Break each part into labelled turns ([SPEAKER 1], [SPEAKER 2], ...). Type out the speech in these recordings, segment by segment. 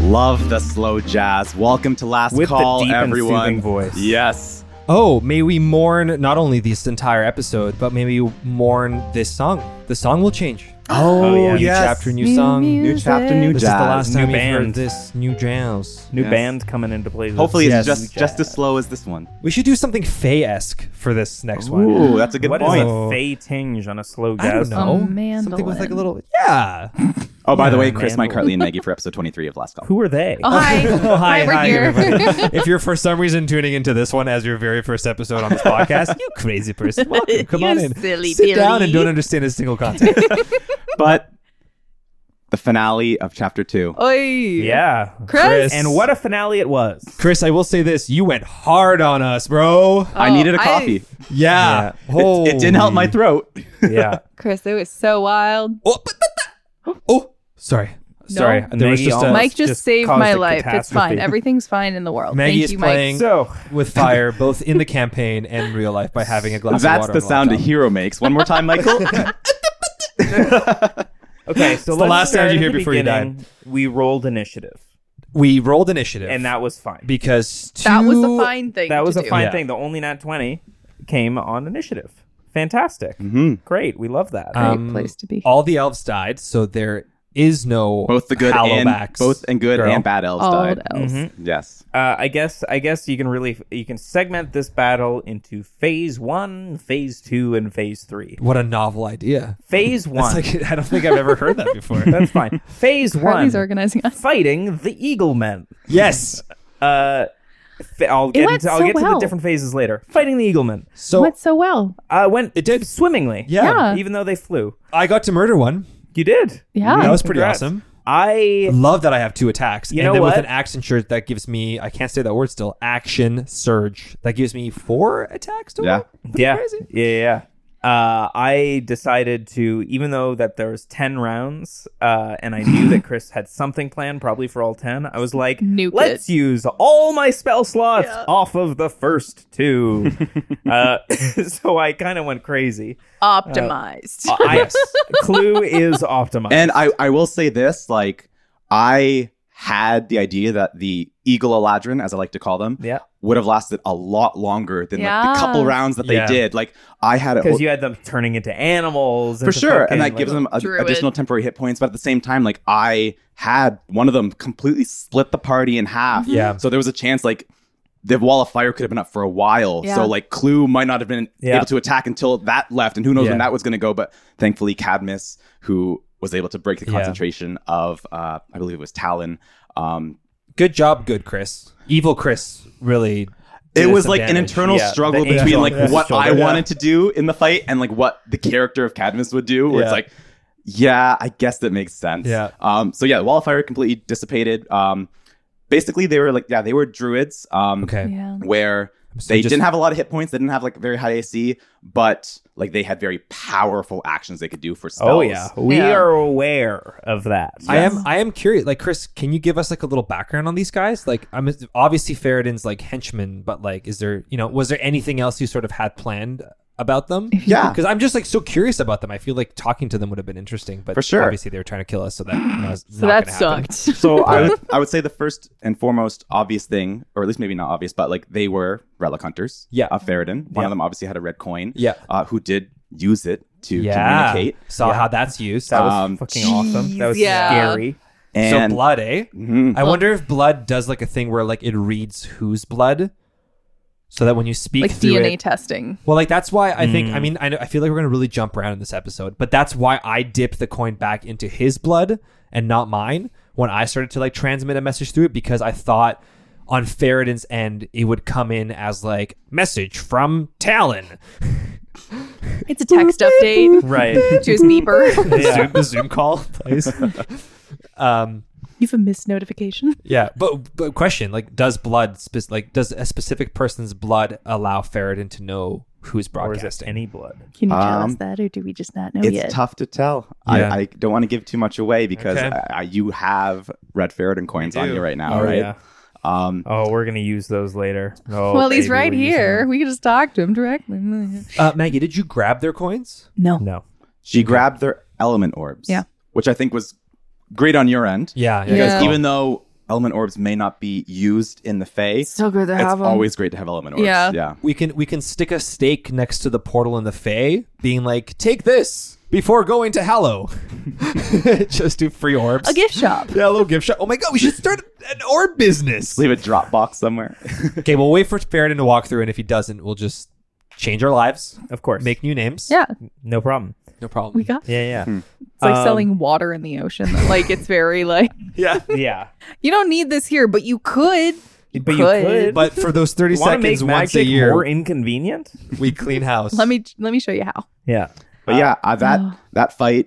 [SPEAKER 1] Love the slow jazz. Welcome to Last
[SPEAKER 2] With the
[SPEAKER 1] Call,
[SPEAKER 2] deep and
[SPEAKER 1] everyone.
[SPEAKER 2] soothing voice.
[SPEAKER 1] Yes.
[SPEAKER 3] Oh, may we mourn not only this entire episode, but may we mourn this song. The song will change.
[SPEAKER 1] Oh,
[SPEAKER 2] yeah.
[SPEAKER 3] New
[SPEAKER 1] yes.
[SPEAKER 3] chapter, new song.
[SPEAKER 1] New chapter, new
[SPEAKER 3] This is the
[SPEAKER 1] jazz.
[SPEAKER 3] last time
[SPEAKER 2] New
[SPEAKER 3] we've heard
[SPEAKER 2] band.
[SPEAKER 3] this new jazz.
[SPEAKER 2] New
[SPEAKER 1] Yes.
[SPEAKER 2] band coming into play.
[SPEAKER 1] Hopefully,
[SPEAKER 3] Yes.
[SPEAKER 1] it's just just as slow as this one.
[SPEAKER 3] We should do something Faye-esque for this next one.
[SPEAKER 1] Ooh, that's a good
[SPEAKER 2] What is
[SPEAKER 1] point.
[SPEAKER 3] it?
[SPEAKER 2] a fey tinge on a slow
[SPEAKER 3] I
[SPEAKER 2] jazz?
[SPEAKER 3] don't
[SPEAKER 2] song?
[SPEAKER 3] know.
[SPEAKER 4] A
[SPEAKER 3] Oh, Something with like a
[SPEAKER 4] mandolin.
[SPEAKER 3] little yeah.
[SPEAKER 1] Oh, by the
[SPEAKER 2] Yeah,
[SPEAKER 1] way, Chris,
[SPEAKER 2] man.
[SPEAKER 1] Mike Hartley, and Maggie for episode 23 of Last Call.
[SPEAKER 2] Who are they?
[SPEAKER 4] Oh, hi.
[SPEAKER 3] Oh, hi,
[SPEAKER 4] we're
[SPEAKER 3] hi,
[SPEAKER 4] here.
[SPEAKER 3] everybody. if you're for some reason tuning into this one as your very first episode on this podcast, you crazy person, welcome. Come
[SPEAKER 4] You
[SPEAKER 3] on in,
[SPEAKER 4] silly
[SPEAKER 3] sit down, and
[SPEAKER 4] Billy.
[SPEAKER 3] don't understand a single concept.
[SPEAKER 1] But the finale of chapter two.
[SPEAKER 4] Oi.
[SPEAKER 2] Yeah.
[SPEAKER 4] Chris.
[SPEAKER 2] And what a finale it was.
[SPEAKER 3] Chris, I will say this: you went hard on us, bro.
[SPEAKER 1] I needed a
[SPEAKER 4] Oh, I-
[SPEAKER 1] coffee.
[SPEAKER 3] Yeah,
[SPEAKER 1] It, it didn't help my
[SPEAKER 3] Holy-
[SPEAKER 1] throat.
[SPEAKER 2] Yeah.
[SPEAKER 4] Chris, it was so wild.
[SPEAKER 3] Oh, but- but- but- oh, sorry, sorry. There was
[SPEAKER 2] Maggie
[SPEAKER 3] just a,
[SPEAKER 2] almost-
[SPEAKER 4] Mike just,
[SPEAKER 2] just
[SPEAKER 4] saved
[SPEAKER 2] caused
[SPEAKER 4] my
[SPEAKER 2] a
[SPEAKER 4] life. It's fine.
[SPEAKER 2] catastrophe.
[SPEAKER 4] Everything's fine in the world.
[SPEAKER 3] Maggie
[SPEAKER 4] Thank
[SPEAKER 3] is
[SPEAKER 4] you,
[SPEAKER 3] playing
[SPEAKER 2] So,
[SPEAKER 3] with fire, both in the campaign and real life, by having a glass.
[SPEAKER 1] That's
[SPEAKER 3] of water
[SPEAKER 1] the
[SPEAKER 3] on
[SPEAKER 1] sound a
[SPEAKER 3] laptop.
[SPEAKER 1] hero makes. One more time, Michael.
[SPEAKER 2] okay, so
[SPEAKER 3] the
[SPEAKER 2] let's
[SPEAKER 3] last
[SPEAKER 2] start
[SPEAKER 3] sound you
[SPEAKER 2] at
[SPEAKER 3] hear
[SPEAKER 2] the
[SPEAKER 3] before you die.
[SPEAKER 2] beginning. We rolled initiative,
[SPEAKER 3] We rolled initiative,
[SPEAKER 2] and that was fine.
[SPEAKER 3] because
[SPEAKER 4] Mike. That was
[SPEAKER 3] two-
[SPEAKER 4] the fine thing.
[SPEAKER 2] that was
[SPEAKER 4] to
[SPEAKER 2] a fine
[SPEAKER 3] Yeah.
[SPEAKER 2] thing. The only nat 20 came on initiative. Fantastic. Great. We love that.
[SPEAKER 4] do. Great
[SPEAKER 3] um,
[SPEAKER 4] place to be.
[SPEAKER 3] All the elves died, so there is no
[SPEAKER 1] both the good and
[SPEAKER 3] Hallowbacks
[SPEAKER 1] both and good
[SPEAKER 3] girl.
[SPEAKER 1] and bad elves
[SPEAKER 4] All
[SPEAKER 1] died.
[SPEAKER 4] else.
[SPEAKER 1] Yes.
[SPEAKER 2] uh, I guess I guess you can really you can segment this battle into phase one, phase two, and phase three.
[SPEAKER 3] What a novel idea!
[SPEAKER 2] Phase
[SPEAKER 3] That's
[SPEAKER 2] one.
[SPEAKER 3] like I don't think I've ever heard that before.
[SPEAKER 2] That's fine. Phase one.
[SPEAKER 4] Harvey's organizing us.
[SPEAKER 2] Fighting the Eagle Men.
[SPEAKER 3] yes.
[SPEAKER 2] Uh, fa- I'll get
[SPEAKER 4] went
[SPEAKER 2] into, I'll
[SPEAKER 4] so
[SPEAKER 2] get to
[SPEAKER 4] well.
[SPEAKER 2] the different phases later. Fighting the Eagle Men.
[SPEAKER 3] So
[SPEAKER 4] Went so well.
[SPEAKER 2] Uh, went
[SPEAKER 3] It did.
[SPEAKER 2] swimmingly.
[SPEAKER 3] Yeah.
[SPEAKER 4] Yeah.
[SPEAKER 2] Even though they flew,
[SPEAKER 3] I got to murder one.
[SPEAKER 2] you did.
[SPEAKER 4] Yeah.
[SPEAKER 3] that was pretty
[SPEAKER 2] Congrats.
[SPEAKER 3] awesome.
[SPEAKER 2] I
[SPEAKER 3] Love that I have two attacks.
[SPEAKER 2] You
[SPEAKER 3] and
[SPEAKER 2] know
[SPEAKER 3] then
[SPEAKER 2] what?
[SPEAKER 3] with an action surge, that gives me, I can't say that word still, action surge. That gives me four attacks total.
[SPEAKER 1] Yeah.
[SPEAKER 3] Pretty
[SPEAKER 2] yeah
[SPEAKER 3] Crazy.
[SPEAKER 2] yeah yeah. Uh, I decided to, even though that there was ten rounds, uh, and I knew that Chris had something planned, probably for all ten. I was like,
[SPEAKER 4] Nuke
[SPEAKER 2] let's use all my spell slots
[SPEAKER 4] Yeah.
[SPEAKER 2] off of the first two. uh, so I kind of went crazy.
[SPEAKER 4] Optimized.
[SPEAKER 2] Uh, I, Clue is optimized.
[SPEAKER 1] And I, I will say this, like I had the idea that the Eagle Eladrin, as I like to call them,
[SPEAKER 2] yeah,
[SPEAKER 1] would have lasted a lot longer than like
[SPEAKER 4] Yeah.
[SPEAKER 1] the couple rounds that they
[SPEAKER 3] Yeah.
[SPEAKER 1] did. Like I had it
[SPEAKER 2] because you had them turning into animals
[SPEAKER 1] for
[SPEAKER 2] into
[SPEAKER 1] sure,
[SPEAKER 2] fucking,
[SPEAKER 1] and that
[SPEAKER 2] like,
[SPEAKER 1] gives them a,
[SPEAKER 4] Druid.
[SPEAKER 1] additional temporary hit points. But at the same time, like I had one of them completely split the party in half.
[SPEAKER 3] Mm-hmm. Yeah.
[SPEAKER 1] So there was a chance like the wall of fire could have been up for a while.
[SPEAKER 4] Yeah.
[SPEAKER 1] So like Clue might not have been
[SPEAKER 2] Yeah.
[SPEAKER 1] able to attack until that left, and who knows when
[SPEAKER 3] Yeah.
[SPEAKER 1] that was going to go. But thankfully, Cadmus, who was able to break the
[SPEAKER 3] Yeah.
[SPEAKER 1] concentration of uh, I believe it was Talon. Um,
[SPEAKER 3] Good job, good Chris. Evil Chris really. did
[SPEAKER 1] it
[SPEAKER 3] us
[SPEAKER 1] was
[SPEAKER 3] some
[SPEAKER 1] like an
[SPEAKER 3] damage.
[SPEAKER 1] internal
[SPEAKER 2] Yeah, the
[SPEAKER 1] struggle
[SPEAKER 2] angel
[SPEAKER 1] between like
[SPEAKER 2] on his
[SPEAKER 1] what I
[SPEAKER 2] shoulder. Yeah.
[SPEAKER 1] wanted to do in the fight and like what the character of Cadmus would do. Where it's
[SPEAKER 3] Yeah.
[SPEAKER 1] like, yeah, I guess that makes sense.
[SPEAKER 3] Yeah.
[SPEAKER 1] Um. So yeah, the wall of fire completely dissipated. Um. Basically, they were like, yeah, they were druids. Um.
[SPEAKER 3] Okay.
[SPEAKER 4] yeah.
[SPEAKER 1] Where
[SPEAKER 3] So
[SPEAKER 1] they
[SPEAKER 3] just-
[SPEAKER 1] didn't have a lot of hit points. They didn't have like very high AC, but like they had very powerful actions they could do for spells.
[SPEAKER 2] Oh yeah, we
[SPEAKER 4] Yeah.
[SPEAKER 2] are aware of that.
[SPEAKER 3] I am. I am curious. Like Chris, can you give us like a little background on these guys? Like, I'm obviously Faradin's like henchman, but like, is there you know was there anything else you sort of had planned about them?
[SPEAKER 1] Yeah.
[SPEAKER 3] because I'm just like so curious about them. I feel like talking to them would have been interesting, but
[SPEAKER 1] For sure.
[SPEAKER 3] obviously they were trying to kill us, so that you know, is
[SPEAKER 4] So
[SPEAKER 3] not
[SPEAKER 4] that
[SPEAKER 3] gonna happen.
[SPEAKER 4] sucked.
[SPEAKER 1] So I would I would say the first and foremost obvious thing, or at least maybe not obvious, but like they were relic hunters.
[SPEAKER 3] Yeah.
[SPEAKER 1] uh, Faradin. One of them obviously had a red coin.
[SPEAKER 3] Yeah.
[SPEAKER 1] uh, who did use it to
[SPEAKER 3] Yeah,
[SPEAKER 1] communicate.
[SPEAKER 3] saw how that's used.
[SPEAKER 2] That was
[SPEAKER 1] Um,
[SPEAKER 2] fucking awesome. That was
[SPEAKER 4] yeah.
[SPEAKER 2] scary.
[SPEAKER 1] And
[SPEAKER 3] so blood, eh?
[SPEAKER 1] Mhm.
[SPEAKER 3] I wonder if blood does like a thing where like it reads whose blood, so that when you speak
[SPEAKER 4] like
[SPEAKER 3] through
[SPEAKER 4] DNA
[SPEAKER 3] it,
[SPEAKER 4] testing.
[SPEAKER 3] Well, like that's why I think I mean I know, I feel like we're gonna really jump around in this episode, but that's why I dipped the coin back into his blood and not mine when I started to like transmit a message through it because I thought on Faradin's end it would come in as like message from Talon.
[SPEAKER 4] It's a text update.
[SPEAKER 2] Right.
[SPEAKER 4] To his beeper.
[SPEAKER 3] The, Zoom, the Zoom call, please. um,
[SPEAKER 4] You've a missed notification.
[SPEAKER 3] yeah, but but question like does blood spec- like does a specific person's blood allow Faradin to know who's
[SPEAKER 2] or is it
[SPEAKER 3] broadcasting?
[SPEAKER 2] any blood?
[SPEAKER 4] Can you tell
[SPEAKER 1] Um,
[SPEAKER 4] us that, or do we just not know
[SPEAKER 1] it's
[SPEAKER 4] yet?
[SPEAKER 1] tough to tell.
[SPEAKER 3] Oh, Yeah.
[SPEAKER 1] I, I don't want to give too much away because
[SPEAKER 3] Okay.
[SPEAKER 1] I, I- you have red Faradin coins on you right now,
[SPEAKER 2] Oh,
[SPEAKER 1] right?
[SPEAKER 2] yeah.
[SPEAKER 1] Um,
[SPEAKER 2] Oh, we're gonna use those later. Oh,
[SPEAKER 4] well, he's
[SPEAKER 2] baby,
[SPEAKER 4] right
[SPEAKER 2] we're using
[SPEAKER 4] here.
[SPEAKER 2] them.
[SPEAKER 4] We can just talk to him directly.
[SPEAKER 3] Uh, Maggie, did you grab their coins?
[SPEAKER 4] No.
[SPEAKER 2] No.
[SPEAKER 1] she grabbed their element orbs.
[SPEAKER 4] Yeah.
[SPEAKER 1] which I think was great on your end.
[SPEAKER 3] Yeah,
[SPEAKER 4] Yeah.
[SPEAKER 1] Because even though element orbs may not be used in the Fae.
[SPEAKER 4] It's so good to
[SPEAKER 1] It's
[SPEAKER 4] have 'em.
[SPEAKER 1] always great to have element orbs.
[SPEAKER 4] Yeah.
[SPEAKER 1] yeah.
[SPEAKER 3] We can we can stick a stake next to the portal in the Fae, being like, take this before going to Hallow. Just do free orbs.
[SPEAKER 4] A gift shop.
[SPEAKER 3] Yeah, a little gift shop. Oh my god, we should start an orb business.
[SPEAKER 1] Leave a Dropbox somewhere.
[SPEAKER 3] Okay, we'll wait for Ferritin to walk through, and if he doesn't, we'll just change our lives,
[SPEAKER 2] Of course.
[SPEAKER 3] make new names.
[SPEAKER 4] Yeah,
[SPEAKER 2] no problem.
[SPEAKER 3] no problem.
[SPEAKER 4] we got.
[SPEAKER 2] Yeah, yeah.
[SPEAKER 3] Hmm.
[SPEAKER 4] It's like
[SPEAKER 2] Um,
[SPEAKER 4] selling water in the ocean. Like it's very like
[SPEAKER 3] yeah.
[SPEAKER 2] yeah.
[SPEAKER 4] you don't need this here, but you could. You
[SPEAKER 2] But you could.
[SPEAKER 3] But for those thirty
[SPEAKER 2] Wanna
[SPEAKER 3] seconds
[SPEAKER 2] make
[SPEAKER 3] once a
[SPEAKER 2] magic
[SPEAKER 3] year,
[SPEAKER 2] more inconvenient?
[SPEAKER 3] we clean house.
[SPEAKER 4] Let me let me show you how.
[SPEAKER 2] Yeah.
[SPEAKER 1] But yeah, uh, that
[SPEAKER 4] Oh.
[SPEAKER 1] that fight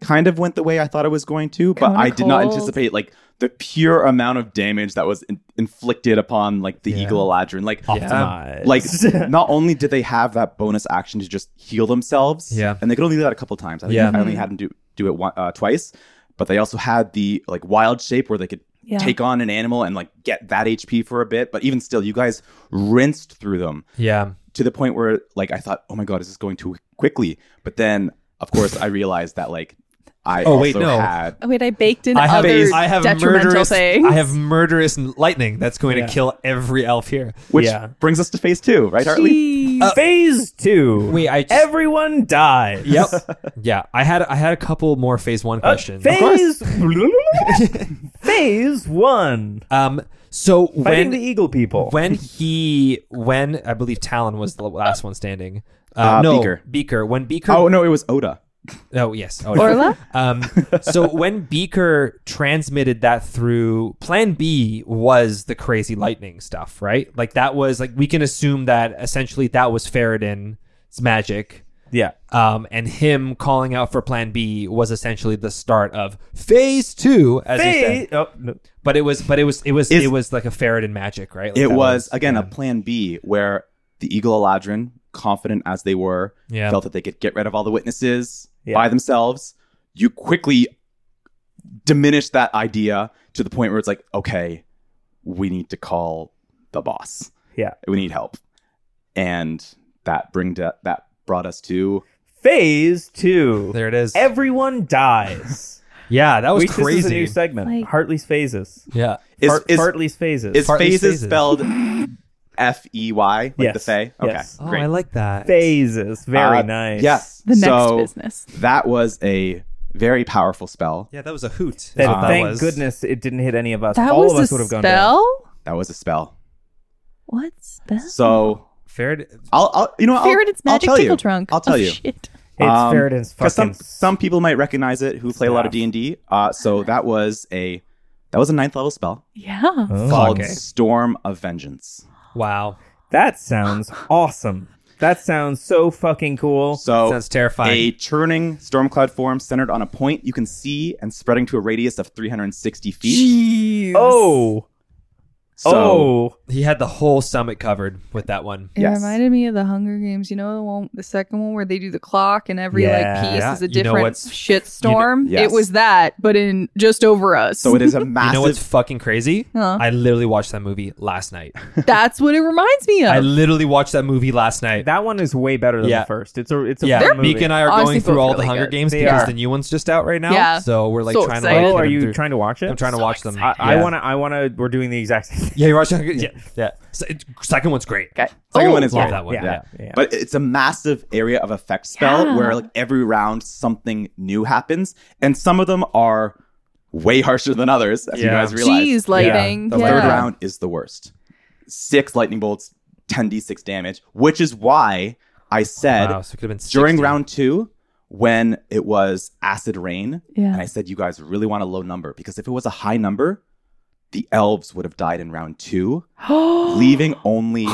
[SPEAKER 1] kind of went the way I thought it was going to, but
[SPEAKER 4] Kinda
[SPEAKER 1] I did not
[SPEAKER 4] cold.
[SPEAKER 1] anticipate like the pure amount of damage that was in- inflicted upon like the Eagle Eladrin. Like, um,
[SPEAKER 2] Optimized.
[SPEAKER 1] like not only did they have that bonus action to just heal themselves,
[SPEAKER 3] Yeah.
[SPEAKER 1] and they could only do that a couple times. I think
[SPEAKER 3] Yeah.
[SPEAKER 1] I
[SPEAKER 4] Mm.
[SPEAKER 1] only had them do do it one, uh, twice, but they also had the like wild shape where they could.
[SPEAKER 4] Yeah.
[SPEAKER 1] Take on an animal and like get that HP for a bit, but even still, you guys rinsed through them
[SPEAKER 3] Yeah.
[SPEAKER 1] to the point where like I thought, oh my god, is this going too quickly? But then, of course, I realized that like I
[SPEAKER 3] Oh, wait,
[SPEAKER 1] also
[SPEAKER 3] no.
[SPEAKER 1] had
[SPEAKER 4] Oh, wait, I baked in
[SPEAKER 3] I have,
[SPEAKER 4] other
[SPEAKER 3] I have
[SPEAKER 4] detrimental
[SPEAKER 3] murderous.
[SPEAKER 4] things.
[SPEAKER 3] I have murderous lightning that's going
[SPEAKER 2] Yeah.
[SPEAKER 3] to kill every elf here.
[SPEAKER 1] which
[SPEAKER 2] Yeah.
[SPEAKER 1] brings us to phase two, right, Hartley?
[SPEAKER 4] Jeez.
[SPEAKER 2] Phase two.
[SPEAKER 3] uh, Wait, I just-
[SPEAKER 2] everyone dies.
[SPEAKER 3] Yep. yeah. I had I had a couple more phase one
[SPEAKER 2] Uh,
[SPEAKER 3] questions.
[SPEAKER 2] phase phase one.
[SPEAKER 3] um. So
[SPEAKER 2] Fighting
[SPEAKER 3] when
[SPEAKER 2] the eagle people.
[SPEAKER 3] when he when I believe Talon was the last one standing. Uh,
[SPEAKER 1] Uh,
[SPEAKER 3] no,
[SPEAKER 1] Beaker.
[SPEAKER 3] Beaker. When Beaker.
[SPEAKER 1] Oh no, it was Oda.
[SPEAKER 3] Oh yes. Oh,
[SPEAKER 4] Orla?
[SPEAKER 3] Um, so when Beaker transmitted that through Plan B was the crazy lightning stuff, right? Like that was like we can assume that essentially that was Faradin's magic,
[SPEAKER 2] yeah.
[SPEAKER 3] um, and him calling out for Plan B was essentially the start of Phase Two, as you
[SPEAKER 2] Phase.
[SPEAKER 3] said.
[SPEAKER 2] Oh, no.
[SPEAKER 3] But it was, but it was, it was,
[SPEAKER 1] Is-
[SPEAKER 3] it was like a Faradin magic, right? Like
[SPEAKER 1] It
[SPEAKER 3] that
[SPEAKER 1] was again a
[SPEAKER 3] yeah.
[SPEAKER 1] plan B where the Eagle Eladrin, confident as they were,
[SPEAKER 3] Yeah.
[SPEAKER 1] felt that they could get rid of all the witnesses
[SPEAKER 2] Yeah.
[SPEAKER 1] by themselves. You quickly diminished that idea to the point where it's like, okay, we need to call the boss.
[SPEAKER 2] Yeah.
[SPEAKER 1] we need help, and that bring to, that brought us to
[SPEAKER 2] Phase two.
[SPEAKER 3] There it is.
[SPEAKER 2] Everyone dies.
[SPEAKER 3] yeah, that was
[SPEAKER 2] Wait, This is a
[SPEAKER 3] crazy.
[SPEAKER 2] new segment.
[SPEAKER 4] Like-
[SPEAKER 2] Hartley's phases.
[SPEAKER 3] yeah.
[SPEAKER 1] is
[SPEAKER 2] Fart-
[SPEAKER 1] is,
[SPEAKER 2] Fartley's phases.
[SPEAKER 1] is
[SPEAKER 3] Fartley's
[SPEAKER 1] phases,
[SPEAKER 3] phases.
[SPEAKER 1] spelled F E Y like
[SPEAKER 2] Yes.
[SPEAKER 1] the Fae? Okay,
[SPEAKER 2] Yes.
[SPEAKER 3] Oh,
[SPEAKER 1] great.
[SPEAKER 3] I like that.
[SPEAKER 2] phases. Very
[SPEAKER 1] Uh,
[SPEAKER 2] nice.
[SPEAKER 1] Yes,
[SPEAKER 4] The next
[SPEAKER 1] So
[SPEAKER 4] business.
[SPEAKER 1] That was a very powerful spell.
[SPEAKER 3] Yeah, that was a hoot.
[SPEAKER 2] Then
[SPEAKER 3] is
[SPEAKER 1] Uh,
[SPEAKER 3] what that
[SPEAKER 2] thank
[SPEAKER 3] was.
[SPEAKER 2] goodness it didn't hit any of us.
[SPEAKER 4] That
[SPEAKER 2] All
[SPEAKER 4] was
[SPEAKER 2] of us
[SPEAKER 4] a
[SPEAKER 2] would have gone down.
[SPEAKER 4] spell.
[SPEAKER 1] That was a spell.
[SPEAKER 4] What spell?
[SPEAKER 1] So
[SPEAKER 3] Farad,
[SPEAKER 1] I'll, I'll you know, what, I'll,
[SPEAKER 4] Feared its magic
[SPEAKER 1] I'll tell
[SPEAKER 4] tickle
[SPEAKER 1] you.
[SPEAKER 4] trunk.
[SPEAKER 1] I'll tell
[SPEAKER 4] Oh,
[SPEAKER 1] you.
[SPEAKER 4] Shit.
[SPEAKER 2] It's
[SPEAKER 1] Um,
[SPEAKER 2] Faraday's fucking.
[SPEAKER 1] Because some some people might recognize it who play a lot of D
[SPEAKER 2] staff.
[SPEAKER 1] and D. Uh, so that was a that was a ninth level spell
[SPEAKER 4] Yeah.
[SPEAKER 2] Oh.
[SPEAKER 1] called
[SPEAKER 3] okay.
[SPEAKER 1] Storm of Vengeance.
[SPEAKER 3] Wow.
[SPEAKER 2] That sounds awesome. That sounds so fucking cool.
[SPEAKER 1] So
[SPEAKER 3] Sounds terrifying.
[SPEAKER 1] A churning storm cloud form centered on a point you can see and spreading to a radius of 360 feet.
[SPEAKER 4] Jeez.
[SPEAKER 2] oh,
[SPEAKER 1] So
[SPEAKER 2] oh,
[SPEAKER 3] He had the whole summit covered with that one.
[SPEAKER 4] It
[SPEAKER 1] Yes.
[SPEAKER 4] reminded me of the Hunger Games. You know the one, the second one where they do the clock and every
[SPEAKER 2] Yeah.
[SPEAKER 4] like piece
[SPEAKER 3] Yeah.
[SPEAKER 4] is
[SPEAKER 3] You
[SPEAKER 4] a
[SPEAKER 3] know
[SPEAKER 4] different
[SPEAKER 3] what's-
[SPEAKER 4] shit storm.
[SPEAKER 1] you know- Yes.
[SPEAKER 4] It was that, but in just over us.
[SPEAKER 1] so it is a
[SPEAKER 3] You
[SPEAKER 1] massive.
[SPEAKER 3] know what's fucking crazy?
[SPEAKER 4] Huh.
[SPEAKER 3] I literally watched that movie last night.
[SPEAKER 4] That's what it reminds me of.
[SPEAKER 3] I literally watched that movie last night.
[SPEAKER 2] that one is way better than
[SPEAKER 3] Yeah.
[SPEAKER 2] the first. It's a it's a
[SPEAKER 3] yeah,
[SPEAKER 2] fun movie.
[SPEAKER 3] Meek and I are
[SPEAKER 4] Honestly,
[SPEAKER 3] going through
[SPEAKER 4] both
[SPEAKER 3] all
[SPEAKER 4] really
[SPEAKER 3] the Hunger
[SPEAKER 4] good.
[SPEAKER 3] Games
[SPEAKER 2] They
[SPEAKER 3] because
[SPEAKER 2] are.
[SPEAKER 3] the new one's just out right now.
[SPEAKER 4] Yeah.
[SPEAKER 3] So we're like
[SPEAKER 4] So
[SPEAKER 3] trying
[SPEAKER 4] excited.
[SPEAKER 3] to.
[SPEAKER 2] Oh, are
[SPEAKER 3] Like, get them
[SPEAKER 2] you
[SPEAKER 3] through.
[SPEAKER 2] trying to watch it?
[SPEAKER 3] I'm trying to
[SPEAKER 4] So
[SPEAKER 3] watch them.
[SPEAKER 4] excited.
[SPEAKER 2] I
[SPEAKER 3] Yeah.
[SPEAKER 2] want to. I want to. We're doing the exact same thing.
[SPEAKER 3] Yeah, you're watching. Hunger- Yeah, yeah. Se- Second one's great.
[SPEAKER 4] Okay.
[SPEAKER 1] Second
[SPEAKER 4] Oh,
[SPEAKER 1] one is
[SPEAKER 3] love
[SPEAKER 1] great.
[SPEAKER 3] that one.
[SPEAKER 2] Yeah, yeah,
[SPEAKER 1] Yeah.
[SPEAKER 2] yeah.
[SPEAKER 1] But it's a massive area of effect spell
[SPEAKER 4] Yeah.
[SPEAKER 1] where like every round something new happens, and some of them are way harsher than others, as you
[SPEAKER 3] Yeah.
[SPEAKER 1] guys realize.
[SPEAKER 4] Jeez, lighting.
[SPEAKER 3] the
[SPEAKER 4] Yeah.
[SPEAKER 1] Third round is the worst. Six lightning bolts, 10d6 damage, which is why I said
[SPEAKER 3] Wow, so it could have been
[SPEAKER 1] during
[SPEAKER 3] 60.
[SPEAKER 1] round two when it was acid rain,
[SPEAKER 4] Yeah.
[SPEAKER 1] and I said you guys really want a low number because if it was a high number, the elves would have died in round two, leaving only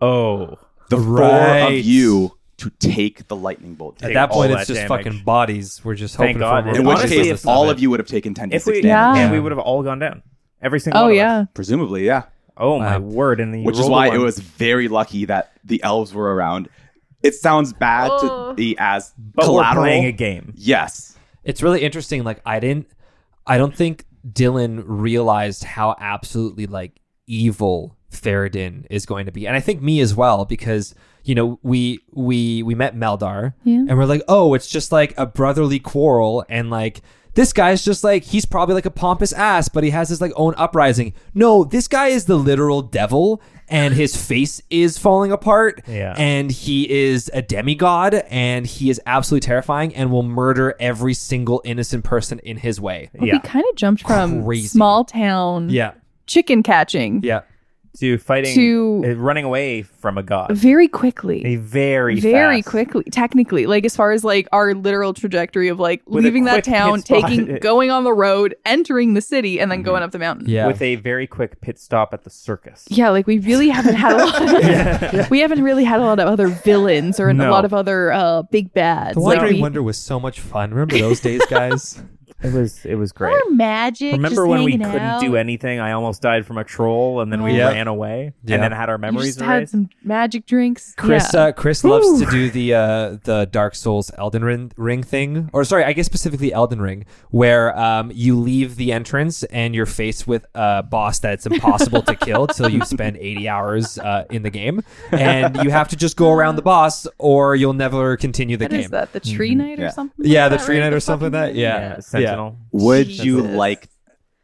[SPEAKER 2] Oh,
[SPEAKER 1] the four
[SPEAKER 3] Right.
[SPEAKER 1] of you to take the lightning bolt.
[SPEAKER 3] At
[SPEAKER 1] damage.
[SPEAKER 3] that
[SPEAKER 2] all
[SPEAKER 3] point,
[SPEAKER 2] that
[SPEAKER 3] it's just
[SPEAKER 2] damage.
[SPEAKER 3] fucking bodies. We're just hoping
[SPEAKER 2] Thank God.
[SPEAKER 3] for more
[SPEAKER 1] In which
[SPEAKER 2] Honestly,
[SPEAKER 1] case,
[SPEAKER 2] if-
[SPEAKER 1] all of you would have taken 10
[SPEAKER 2] if we
[SPEAKER 1] damage.
[SPEAKER 4] Yeah.
[SPEAKER 2] and we would have all gone down. Every single.
[SPEAKER 4] oh
[SPEAKER 2] one of
[SPEAKER 4] yeah.
[SPEAKER 2] us.
[SPEAKER 1] Presumably, yeah.
[SPEAKER 2] Oh my
[SPEAKER 3] Wow.
[SPEAKER 2] word! And the
[SPEAKER 1] Which is why it was very lucky that the elves were around. It sounds bad
[SPEAKER 4] Oh.
[SPEAKER 1] to be as
[SPEAKER 2] but
[SPEAKER 1] collateral.
[SPEAKER 2] We're playing a game.
[SPEAKER 1] Yes.
[SPEAKER 3] it's really interesting like i didn't i don't think dylan realized how absolutely like evil Faradin is going to be and i think me as well because you know, we we we met Meldar
[SPEAKER 4] Yeah.
[SPEAKER 3] and we're like, oh, it's just like a brotherly quarrel and like this guy's just like he's probably like a pompous ass, but he has his like own uprising. No, this guy is the literal devil and his face is falling apart
[SPEAKER 2] Yeah.
[SPEAKER 3] and he is a demigod and he is absolutely terrifying and will murder every single innocent person in his way.
[SPEAKER 4] But
[SPEAKER 2] yeah.
[SPEAKER 4] we kind of jumped from
[SPEAKER 3] Crazy.
[SPEAKER 4] small town
[SPEAKER 3] Yeah.
[SPEAKER 4] chicken catching
[SPEAKER 3] Yeah.
[SPEAKER 2] to fighting
[SPEAKER 4] To-
[SPEAKER 2] uh, running away from a god.
[SPEAKER 4] very quickly.
[SPEAKER 2] They very
[SPEAKER 4] very
[SPEAKER 2] fast.
[SPEAKER 4] quickly technically like as far as like our literal trajectory of like
[SPEAKER 2] With a
[SPEAKER 4] leaving that
[SPEAKER 2] quick pit
[SPEAKER 4] town
[SPEAKER 2] stop.
[SPEAKER 4] taking going on the road entering the city and then going up the mountain
[SPEAKER 3] Yeah.
[SPEAKER 2] with a very quick pit stop at the circus.
[SPEAKER 4] yeah like we really haven't had a lot we haven't really had a lot of other villains or
[SPEAKER 2] No.
[SPEAKER 4] a lot of other uh big bads
[SPEAKER 3] The
[SPEAKER 4] like
[SPEAKER 3] Wandering
[SPEAKER 4] we,
[SPEAKER 3] Wonder was so much fun. Remember those days, guys?
[SPEAKER 2] It was it was great.
[SPEAKER 4] or magic
[SPEAKER 2] Remember
[SPEAKER 4] just
[SPEAKER 2] when we
[SPEAKER 4] hanging
[SPEAKER 2] couldn't
[SPEAKER 4] out.
[SPEAKER 2] do anything? I almost died from a troll, and then we
[SPEAKER 3] Yeah.
[SPEAKER 2] ran away,
[SPEAKER 3] Yeah.
[SPEAKER 2] and then had our
[SPEAKER 4] you
[SPEAKER 2] memories
[SPEAKER 4] just had
[SPEAKER 2] erased.
[SPEAKER 4] some magic drinks
[SPEAKER 3] Chris
[SPEAKER 4] yeah.
[SPEAKER 3] uh, Chris loves to do the uh, the Dark Souls Elden Ring, Ring thing, or sorry, I guess specifically Elden Ring, where um, you leave the entrance and you're faced with a boss that's impossible to kill till you spend 80 hours uh, in the game, and you have to just go around the boss or you'll never continue the
[SPEAKER 4] What
[SPEAKER 3] game.
[SPEAKER 4] is that the tree night or
[SPEAKER 1] Yeah.
[SPEAKER 4] something
[SPEAKER 3] Mm-hmm. Yeah,
[SPEAKER 4] like
[SPEAKER 3] the
[SPEAKER 4] that,
[SPEAKER 3] tree
[SPEAKER 4] right?
[SPEAKER 3] night
[SPEAKER 4] The
[SPEAKER 3] or something
[SPEAKER 4] fucking-
[SPEAKER 3] like that. Yeah.
[SPEAKER 2] yeah, Sentinel.
[SPEAKER 1] Would you
[SPEAKER 4] Jesus.
[SPEAKER 1] like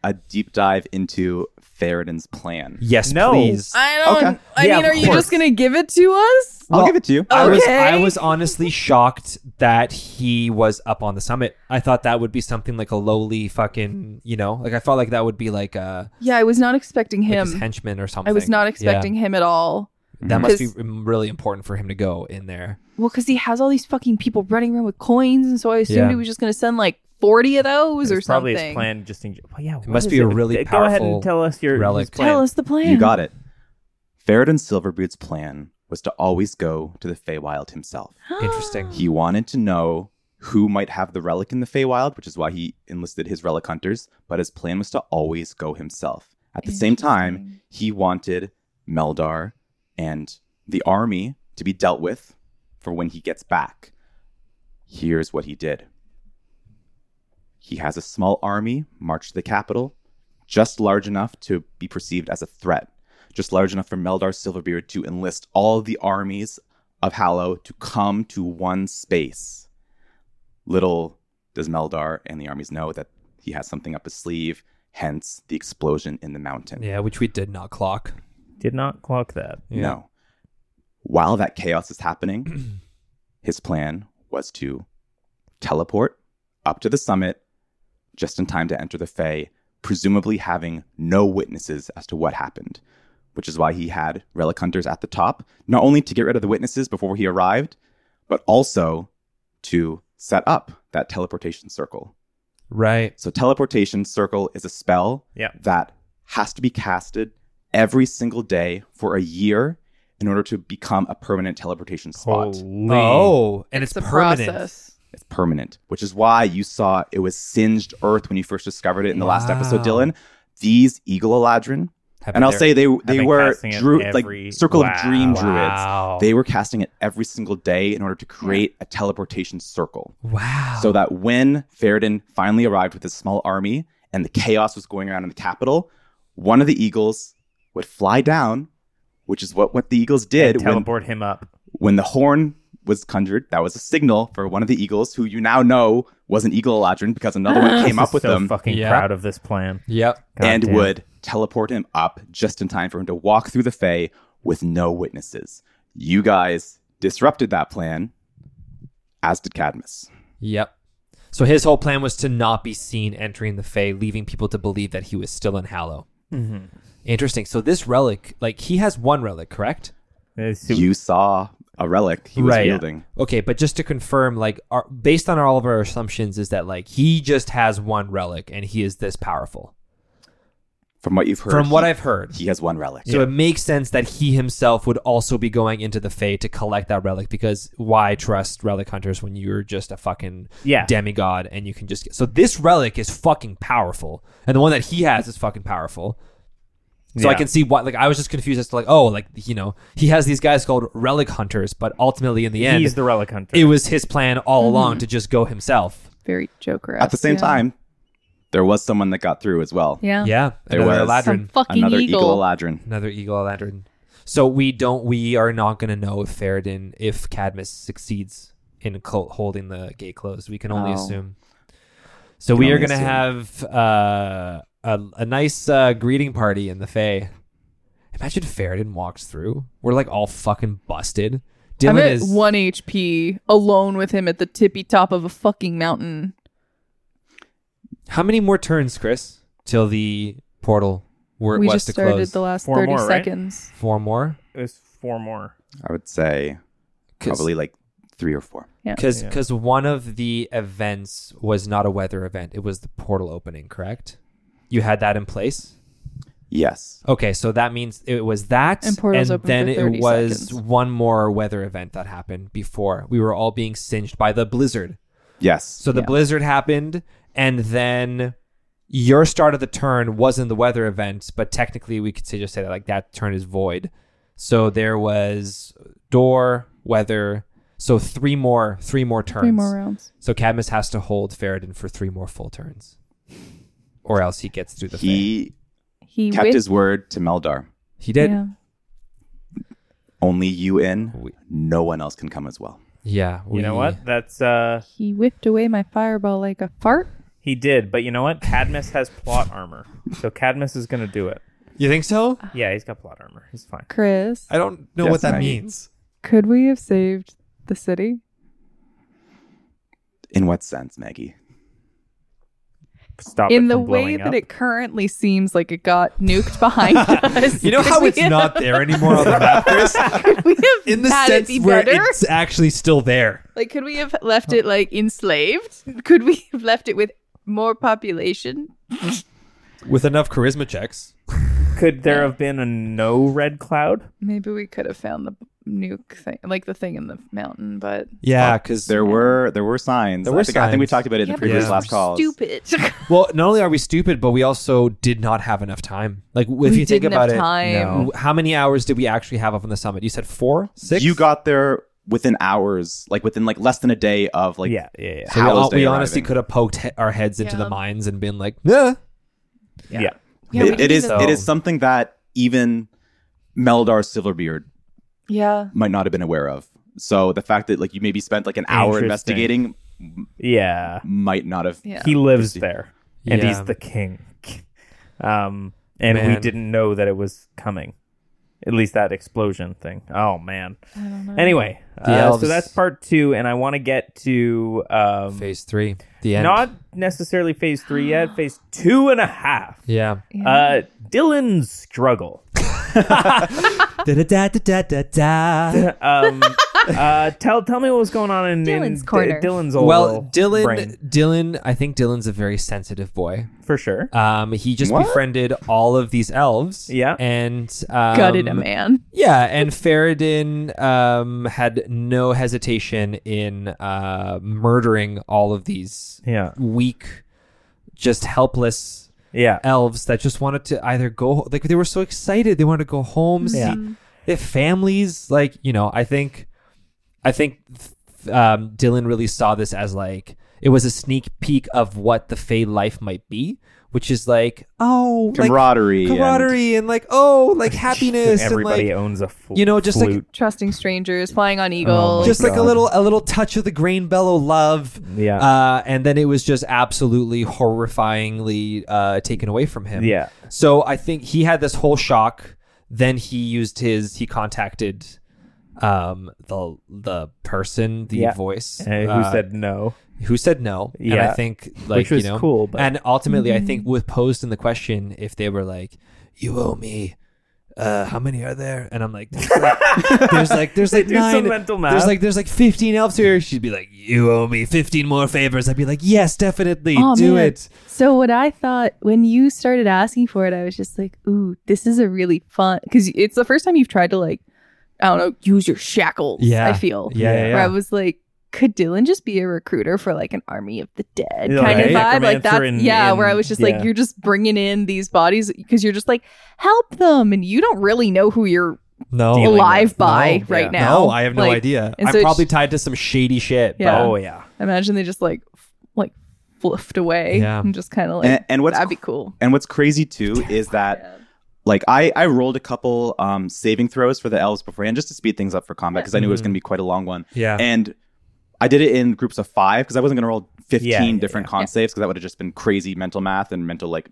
[SPEAKER 1] a deep dive into Faradin's plan?
[SPEAKER 3] Yes,
[SPEAKER 2] No.
[SPEAKER 3] please.
[SPEAKER 4] I don't.
[SPEAKER 1] Okay.
[SPEAKER 4] I
[SPEAKER 2] Yeah,
[SPEAKER 4] mean,
[SPEAKER 2] of
[SPEAKER 4] are you
[SPEAKER 2] course.
[SPEAKER 4] just gonna give it to us?
[SPEAKER 1] I'll
[SPEAKER 3] Well,
[SPEAKER 1] give it to you.
[SPEAKER 3] I was
[SPEAKER 4] Okay.
[SPEAKER 3] I was honestly shocked that he was up on the summit. I thought that would be something like a lowly fucking, you know, like I felt like that would be like a
[SPEAKER 4] Yeah, I was not expecting
[SPEAKER 3] like
[SPEAKER 4] him.
[SPEAKER 3] his henchman or something.
[SPEAKER 4] I was not
[SPEAKER 3] Yeah.
[SPEAKER 4] expecting him at all.
[SPEAKER 3] That must be
[SPEAKER 4] 'Cause-
[SPEAKER 3] really important for him to go in there.
[SPEAKER 4] Well, because he has all these fucking people running around with coins, and so I assumed
[SPEAKER 3] Yeah.
[SPEAKER 4] he was just gonna send like forty of those
[SPEAKER 2] It
[SPEAKER 4] or
[SPEAKER 2] was probably
[SPEAKER 4] something.
[SPEAKER 2] his plan. Just in, well, yeah, what
[SPEAKER 3] must
[SPEAKER 2] is
[SPEAKER 3] be a really
[SPEAKER 2] Go ahead
[SPEAKER 3] powerful
[SPEAKER 2] and tell us your
[SPEAKER 3] relic.
[SPEAKER 2] his plan.
[SPEAKER 4] Tell us the plan.
[SPEAKER 1] You got it. Faradin Silverboot's plan was to always go to the Feywild himself.
[SPEAKER 4] Ah.
[SPEAKER 3] Interesting.
[SPEAKER 1] He wanted to know who might have the relic in the Feywild, which is why he enlisted his relic hunters, but his plan was to always go himself. At the same time, he wanted Meldar and the army to be dealt with for when he gets back. Here's what he did. He has a small army march to the capital, just large enough to be perceived as a threat, just large enough for Meldar Silverbeard to enlist all the armies of Hallow to come to one space. Little does Meldar and the armies know that he has something up his sleeve, hence the explosion in the mountain.
[SPEAKER 3] Yeah, which we did not clock.
[SPEAKER 2] Did not clock that.
[SPEAKER 3] Yeah.
[SPEAKER 1] No. While that chaos is happening, his plan was to teleport up to the summit just in time to enter the Fae, presumably having no witnesses as to what happened, which is why he had relic hunters at the top, not only to get rid of the witnesses before he arrived, but also to set up that teleportation circle.
[SPEAKER 3] Right.
[SPEAKER 1] So teleportation circle is a spell
[SPEAKER 2] Yeah.
[SPEAKER 1] that has to be casted every single day for a year in order to become a permanent teleportation spot.
[SPEAKER 2] Holy.
[SPEAKER 3] Oh, and it's,
[SPEAKER 4] It's a
[SPEAKER 3] permanent.
[SPEAKER 4] process.
[SPEAKER 1] It's permanent, which is why you saw it was singed earth when you first discovered it in the last episode,
[SPEAKER 3] Wow.
[SPEAKER 1] Dylan. These Eagle Eladrin,
[SPEAKER 3] Have
[SPEAKER 1] and
[SPEAKER 3] it
[SPEAKER 1] I'll
[SPEAKER 3] there.
[SPEAKER 1] say they they
[SPEAKER 2] been
[SPEAKER 1] were
[SPEAKER 2] casting it
[SPEAKER 1] dru-
[SPEAKER 2] every-
[SPEAKER 1] like Circle
[SPEAKER 2] Wow.
[SPEAKER 1] of Dream Druids.
[SPEAKER 3] wow.
[SPEAKER 1] They were casting it every single day in order to create a teleportation circle.
[SPEAKER 3] wow.
[SPEAKER 2] Um,
[SPEAKER 1] so that when Faradin finally arrived with his small army and the chaos was going around in the capital, one of the eagles would fly down, which is what, what the eagles did
[SPEAKER 2] And
[SPEAKER 1] when,
[SPEAKER 2] teleport him up.
[SPEAKER 1] when the horn was conjured. That was a signal for one of the eagles, who you now know was an eagle Eladrin because another one came up with
[SPEAKER 2] so
[SPEAKER 1] them
[SPEAKER 2] fucking
[SPEAKER 3] Yeah.
[SPEAKER 2] proud of this plan.
[SPEAKER 3] Yep.
[SPEAKER 2] God
[SPEAKER 1] and
[SPEAKER 2] damn.
[SPEAKER 1] would teleport him up just in time for him to walk through the Fae with no witnesses. You guys disrupted that plan, as did Cadmus.
[SPEAKER 3] Yep. So his whole plan was to not be seen entering the Fae, leaving people to believe that he was still in Hallow. Interesting. So this relic, like he has one relic, correct?
[SPEAKER 2] Uh, so-
[SPEAKER 1] you saw a relic he was
[SPEAKER 3] Right.
[SPEAKER 1] wielding.
[SPEAKER 3] Okay, but just to confirm, like our, based on all of our assumptions, is that like he just has one relic and he is this powerful?
[SPEAKER 1] From what you've heard,
[SPEAKER 3] From what
[SPEAKER 1] he,
[SPEAKER 3] I've heard.
[SPEAKER 1] he has one relic.
[SPEAKER 3] So it makes sense that he himself would also be going into the Fae to collect that relic because why trust relic hunters when you're just a fucking
[SPEAKER 2] Yeah.
[SPEAKER 3] demigod and you can just get. So this relic is fucking powerful. And the one that he has is fucking powerful. So I
[SPEAKER 2] Yeah.
[SPEAKER 3] can see why. Like, I was just confused as to, like, oh, like, you know, he has these guys called relic hunters, but ultimately in the end,
[SPEAKER 2] He's the relic hunter.
[SPEAKER 3] it was his plan all along to just go himself.
[SPEAKER 4] Very Joker.
[SPEAKER 1] At the same time, there was someone that got through as well.
[SPEAKER 4] yeah,
[SPEAKER 3] Yeah.
[SPEAKER 1] There
[SPEAKER 3] another
[SPEAKER 1] was.
[SPEAKER 4] some
[SPEAKER 3] Eladrin.
[SPEAKER 4] fucking
[SPEAKER 1] Another
[SPEAKER 4] eagle.
[SPEAKER 1] eagle Eladrin.
[SPEAKER 3] Another Eagle Eladrin. So we don't. We are not going to know if Faradin, if Cadmus succeeds in col- holding the gate closed. We can only
[SPEAKER 1] Oh.
[SPEAKER 3] assume. So
[SPEAKER 1] Can
[SPEAKER 3] we are
[SPEAKER 1] only
[SPEAKER 3] going to
[SPEAKER 1] assume.
[SPEAKER 3] have uh, a, a nice uh, greeting party in the Fae. Imagine Faradin walks through. We're like all fucking busted. Dylan
[SPEAKER 4] I'm at
[SPEAKER 3] is
[SPEAKER 4] one HP alone with him at the tippy top of a fucking mountain.
[SPEAKER 3] How many more turns, Chris, till the portal were
[SPEAKER 4] we
[SPEAKER 3] was
[SPEAKER 4] just
[SPEAKER 3] to
[SPEAKER 4] started
[SPEAKER 3] close?
[SPEAKER 4] the last
[SPEAKER 2] Four
[SPEAKER 4] 30
[SPEAKER 2] more, right?
[SPEAKER 4] seconds.
[SPEAKER 3] Four more,
[SPEAKER 2] There's four more.
[SPEAKER 1] I would say probably like three or four.
[SPEAKER 3] because
[SPEAKER 2] Yeah.
[SPEAKER 3] because one of the events was not a weather event; it was the portal opening. Correct? You had that in place.
[SPEAKER 1] Yes.
[SPEAKER 3] Okay, so that means it was that,
[SPEAKER 4] And portals open
[SPEAKER 3] then
[SPEAKER 4] for
[SPEAKER 3] it
[SPEAKER 4] 30
[SPEAKER 3] was
[SPEAKER 4] seconds.
[SPEAKER 3] one more weather event that happened before we were all being singed by the blizzard.
[SPEAKER 1] Yes.
[SPEAKER 3] So the
[SPEAKER 4] Yeah.
[SPEAKER 3] blizzard happened, and then your start of the turn wasn't the weather event, but technically we could say just say that like that turn is void. So there was door weather. So three more, three more turns.
[SPEAKER 4] Three more rounds.
[SPEAKER 3] So Cadmus has to hold Faradin for three more full turns, or else he gets through the. He,
[SPEAKER 1] he
[SPEAKER 4] He
[SPEAKER 1] kept
[SPEAKER 4] wit-
[SPEAKER 1] his word to Meldar.
[SPEAKER 3] he did. Yeah,
[SPEAKER 4] Yeah.
[SPEAKER 1] Only you in.
[SPEAKER 3] we,
[SPEAKER 1] No one else can come as well.
[SPEAKER 2] You
[SPEAKER 3] we-
[SPEAKER 2] know what? That's uh
[SPEAKER 4] He whipped away my fireball like a fart.
[SPEAKER 2] he did, but you know what? Cadmus has plot armor. So Cadmus is gonna do it.
[SPEAKER 3] You think so?
[SPEAKER 2] Yeah, he's got plot armor. He's fine.
[SPEAKER 4] Chris,
[SPEAKER 3] I don't know
[SPEAKER 1] Yes,
[SPEAKER 3] what that
[SPEAKER 1] Maggie.
[SPEAKER 3] means.
[SPEAKER 4] could we have saved the city?
[SPEAKER 1] In what sense, Maggie?
[SPEAKER 2] Stop
[SPEAKER 4] In
[SPEAKER 2] it
[SPEAKER 4] the
[SPEAKER 2] from blowing
[SPEAKER 4] way that
[SPEAKER 2] up.
[SPEAKER 4] it currently seems like it got nuked behind us.
[SPEAKER 3] You know how
[SPEAKER 4] Could we
[SPEAKER 3] it's
[SPEAKER 4] have-
[SPEAKER 3] not there anymore on the map, Chris?
[SPEAKER 4] Could we have
[SPEAKER 3] In the
[SPEAKER 4] had it
[SPEAKER 3] sense
[SPEAKER 4] be
[SPEAKER 3] where
[SPEAKER 4] better?
[SPEAKER 3] it's actually still there.
[SPEAKER 4] Like, could we have left it like enslaved? Could we have left it with more population?
[SPEAKER 3] With enough charisma checks.
[SPEAKER 2] could there have been a no red cloud?
[SPEAKER 4] Maybe we could have found the nuke thing, like the thing in the mountain, but
[SPEAKER 3] Yeah, because
[SPEAKER 1] Oh, There were there were signs.
[SPEAKER 3] There were
[SPEAKER 1] I think, I think we
[SPEAKER 3] signs.
[SPEAKER 1] talked about it in
[SPEAKER 4] Yeah,
[SPEAKER 1] the
[SPEAKER 4] but
[SPEAKER 1] previous
[SPEAKER 4] we
[SPEAKER 3] because
[SPEAKER 1] last
[SPEAKER 4] were
[SPEAKER 1] calls.
[SPEAKER 4] Stupid.
[SPEAKER 3] well, not only are we stupid, but we also did not have enough time. Like if
[SPEAKER 4] We
[SPEAKER 3] you think
[SPEAKER 4] didn't
[SPEAKER 3] about
[SPEAKER 4] have
[SPEAKER 3] it,
[SPEAKER 4] time.
[SPEAKER 3] w- how many hours did we actually have up on the summit? You said four, six.
[SPEAKER 1] You got there within hours, like within like less than a day of like
[SPEAKER 2] yeah, yeah, yeah.
[SPEAKER 3] So we,
[SPEAKER 1] Howell's
[SPEAKER 3] all-
[SPEAKER 1] Day
[SPEAKER 3] we honestly
[SPEAKER 1] arriving.
[SPEAKER 3] could have poked he- our heads into
[SPEAKER 4] Yeah.
[SPEAKER 3] the mines and been like, nah.
[SPEAKER 2] Yeah.
[SPEAKER 4] Yeah, we
[SPEAKER 1] it, it
[SPEAKER 4] didn't
[SPEAKER 1] is
[SPEAKER 4] even-
[SPEAKER 1] it is something that even Meldar Silverbeard
[SPEAKER 4] yeah.
[SPEAKER 1] might not have been aware of. So the fact that like you maybe spent like an hour
[SPEAKER 2] Interesting.
[SPEAKER 1] investigating
[SPEAKER 2] Yeah.
[SPEAKER 1] might not have
[SPEAKER 4] Yeah.
[SPEAKER 2] He lives there. And
[SPEAKER 3] Yeah.
[SPEAKER 2] he's the king. Um and we
[SPEAKER 3] Man.
[SPEAKER 2] didn't know that it was coming. At least that explosion thing. Oh man.
[SPEAKER 4] I don't know.
[SPEAKER 2] Anyway,
[SPEAKER 3] The
[SPEAKER 2] uh,
[SPEAKER 3] elves-
[SPEAKER 2] so that's part two, and I want to get to um,
[SPEAKER 3] Phase three, the end.
[SPEAKER 2] not necessarily phase three yet, phase two and a half.
[SPEAKER 3] yeah.
[SPEAKER 2] Uh, Dylan's struggle.
[SPEAKER 3] da da da da da da.
[SPEAKER 2] Um, uh, tell tell me what was going on in
[SPEAKER 4] Dylan's
[SPEAKER 2] in D-
[SPEAKER 4] corner.
[SPEAKER 2] Dylan's old
[SPEAKER 3] Well, Dylan,
[SPEAKER 2] Oh, brain,
[SPEAKER 3] Dylan, I think Dylan's a very sensitive boy.
[SPEAKER 2] for sure.
[SPEAKER 3] Um, he just
[SPEAKER 1] What?
[SPEAKER 3] befriended all of these elves.
[SPEAKER 2] Yeah.
[SPEAKER 3] and um,
[SPEAKER 4] gutted a man.
[SPEAKER 3] Yeah, and Faradin um, had no hesitation in uh, murdering all of these
[SPEAKER 2] Yeah,
[SPEAKER 3] weak, just helpless
[SPEAKER 2] yeah.
[SPEAKER 3] elves that just wanted to either go like they were so excited they wanted to go home
[SPEAKER 2] Yeah.
[SPEAKER 3] see their families like you know i think i think um, dylan really saw this as like it was a sneak peek of what the fey life might be which is like oh like,
[SPEAKER 1] camaraderie. and-
[SPEAKER 3] camaraderie and, like oh like happiness and
[SPEAKER 2] Everybody
[SPEAKER 3] like
[SPEAKER 2] owns a fl-
[SPEAKER 3] you know, just like-
[SPEAKER 2] flute.
[SPEAKER 4] Trusting strangers, flying on eagles.
[SPEAKER 3] just like a
[SPEAKER 2] God.
[SPEAKER 3] little a little touch of the grain bellow love
[SPEAKER 2] yeah,
[SPEAKER 3] uh, and then it was just absolutely horrifyingly uh, taken away from him
[SPEAKER 2] yeah,
[SPEAKER 3] so i think he had this whole shock then he used his he contacted um the the person the
[SPEAKER 2] Yeah.
[SPEAKER 3] voice
[SPEAKER 2] Uh, who
[SPEAKER 3] uh,
[SPEAKER 2] said no?
[SPEAKER 3] who said no and i
[SPEAKER 2] Yeah.
[SPEAKER 3] think like
[SPEAKER 2] Which was
[SPEAKER 3] you know
[SPEAKER 2] cool, but-
[SPEAKER 3] and ultimately i
[SPEAKER 4] Mm-hmm.
[SPEAKER 3] think with posed in the question if they were like you owe me uh how many are there and i'm like there's like there's like, there's like
[SPEAKER 2] Do some
[SPEAKER 3] nine
[SPEAKER 2] mental math.
[SPEAKER 3] there's like there's like 15 elves here. She'd be like, "You owe me 15 more favors." I'd be like, "Yes, definitely,
[SPEAKER 4] Aw,
[SPEAKER 3] do
[SPEAKER 4] Oh, man.
[SPEAKER 3] it."
[SPEAKER 4] So what I thought when you started asking for it, I was just like, "Ooh, this is a really fun." Because it's the first time you've tried to like, I don't know, use your shackles.
[SPEAKER 3] Yeah.
[SPEAKER 4] I feel.
[SPEAKER 3] Yeah, yeah,
[SPEAKER 4] Where
[SPEAKER 3] yeah.
[SPEAKER 4] I was like, could Dylan just be a recruiter for like an army of the dead
[SPEAKER 2] Yeah,
[SPEAKER 4] kind
[SPEAKER 3] like
[SPEAKER 4] of vibe? Like
[SPEAKER 2] necromancer
[SPEAKER 4] that,
[SPEAKER 2] and-
[SPEAKER 4] yeah.
[SPEAKER 2] and-
[SPEAKER 4] where I was just
[SPEAKER 2] yeah.
[SPEAKER 4] like, you're just bringing in these bodies because you're just like, help them, and you don't really know who you're
[SPEAKER 3] No,
[SPEAKER 2] Dealing with-
[SPEAKER 4] alive by
[SPEAKER 2] Oh, No,
[SPEAKER 4] right
[SPEAKER 2] yeah.
[SPEAKER 4] now.
[SPEAKER 3] No, I have no
[SPEAKER 4] Like,
[SPEAKER 3] idea.
[SPEAKER 4] and
[SPEAKER 3] I'm
[SPEAKER 4] so it's-
[SPEAKER 3] probably tied to some shady shit.
[SPEAKER 4] Yeah.
[SPEAKER 2] oh yeah.
[SPEAKER 4] I Imagine they just like, f- like, fluffed away
[SPEAKER 3] Yeah.
[SPEAKER 4] and just kind of like,
[SPEAKER 1] And, and what's
[SPEAKER 4] that'd be cool.
[SPEAKER 1] and what's crazy too is that Like I, I rolled a couple um, saving throws for the elves beforehand just to speed things up for combat because I knew it was going to be quite a long one.
[SPEAKER 3] Yeah.
[SPEAKER 1] And I did it in groups of five because I wasn't going to roll fifteen
[SPEAKER 2] Yeah, yeah,
[SPEAKER 1] different
[SPEAKER 2] yeah.
[SPEAKER 1] con saves because that would have just been crazy mental math and mental like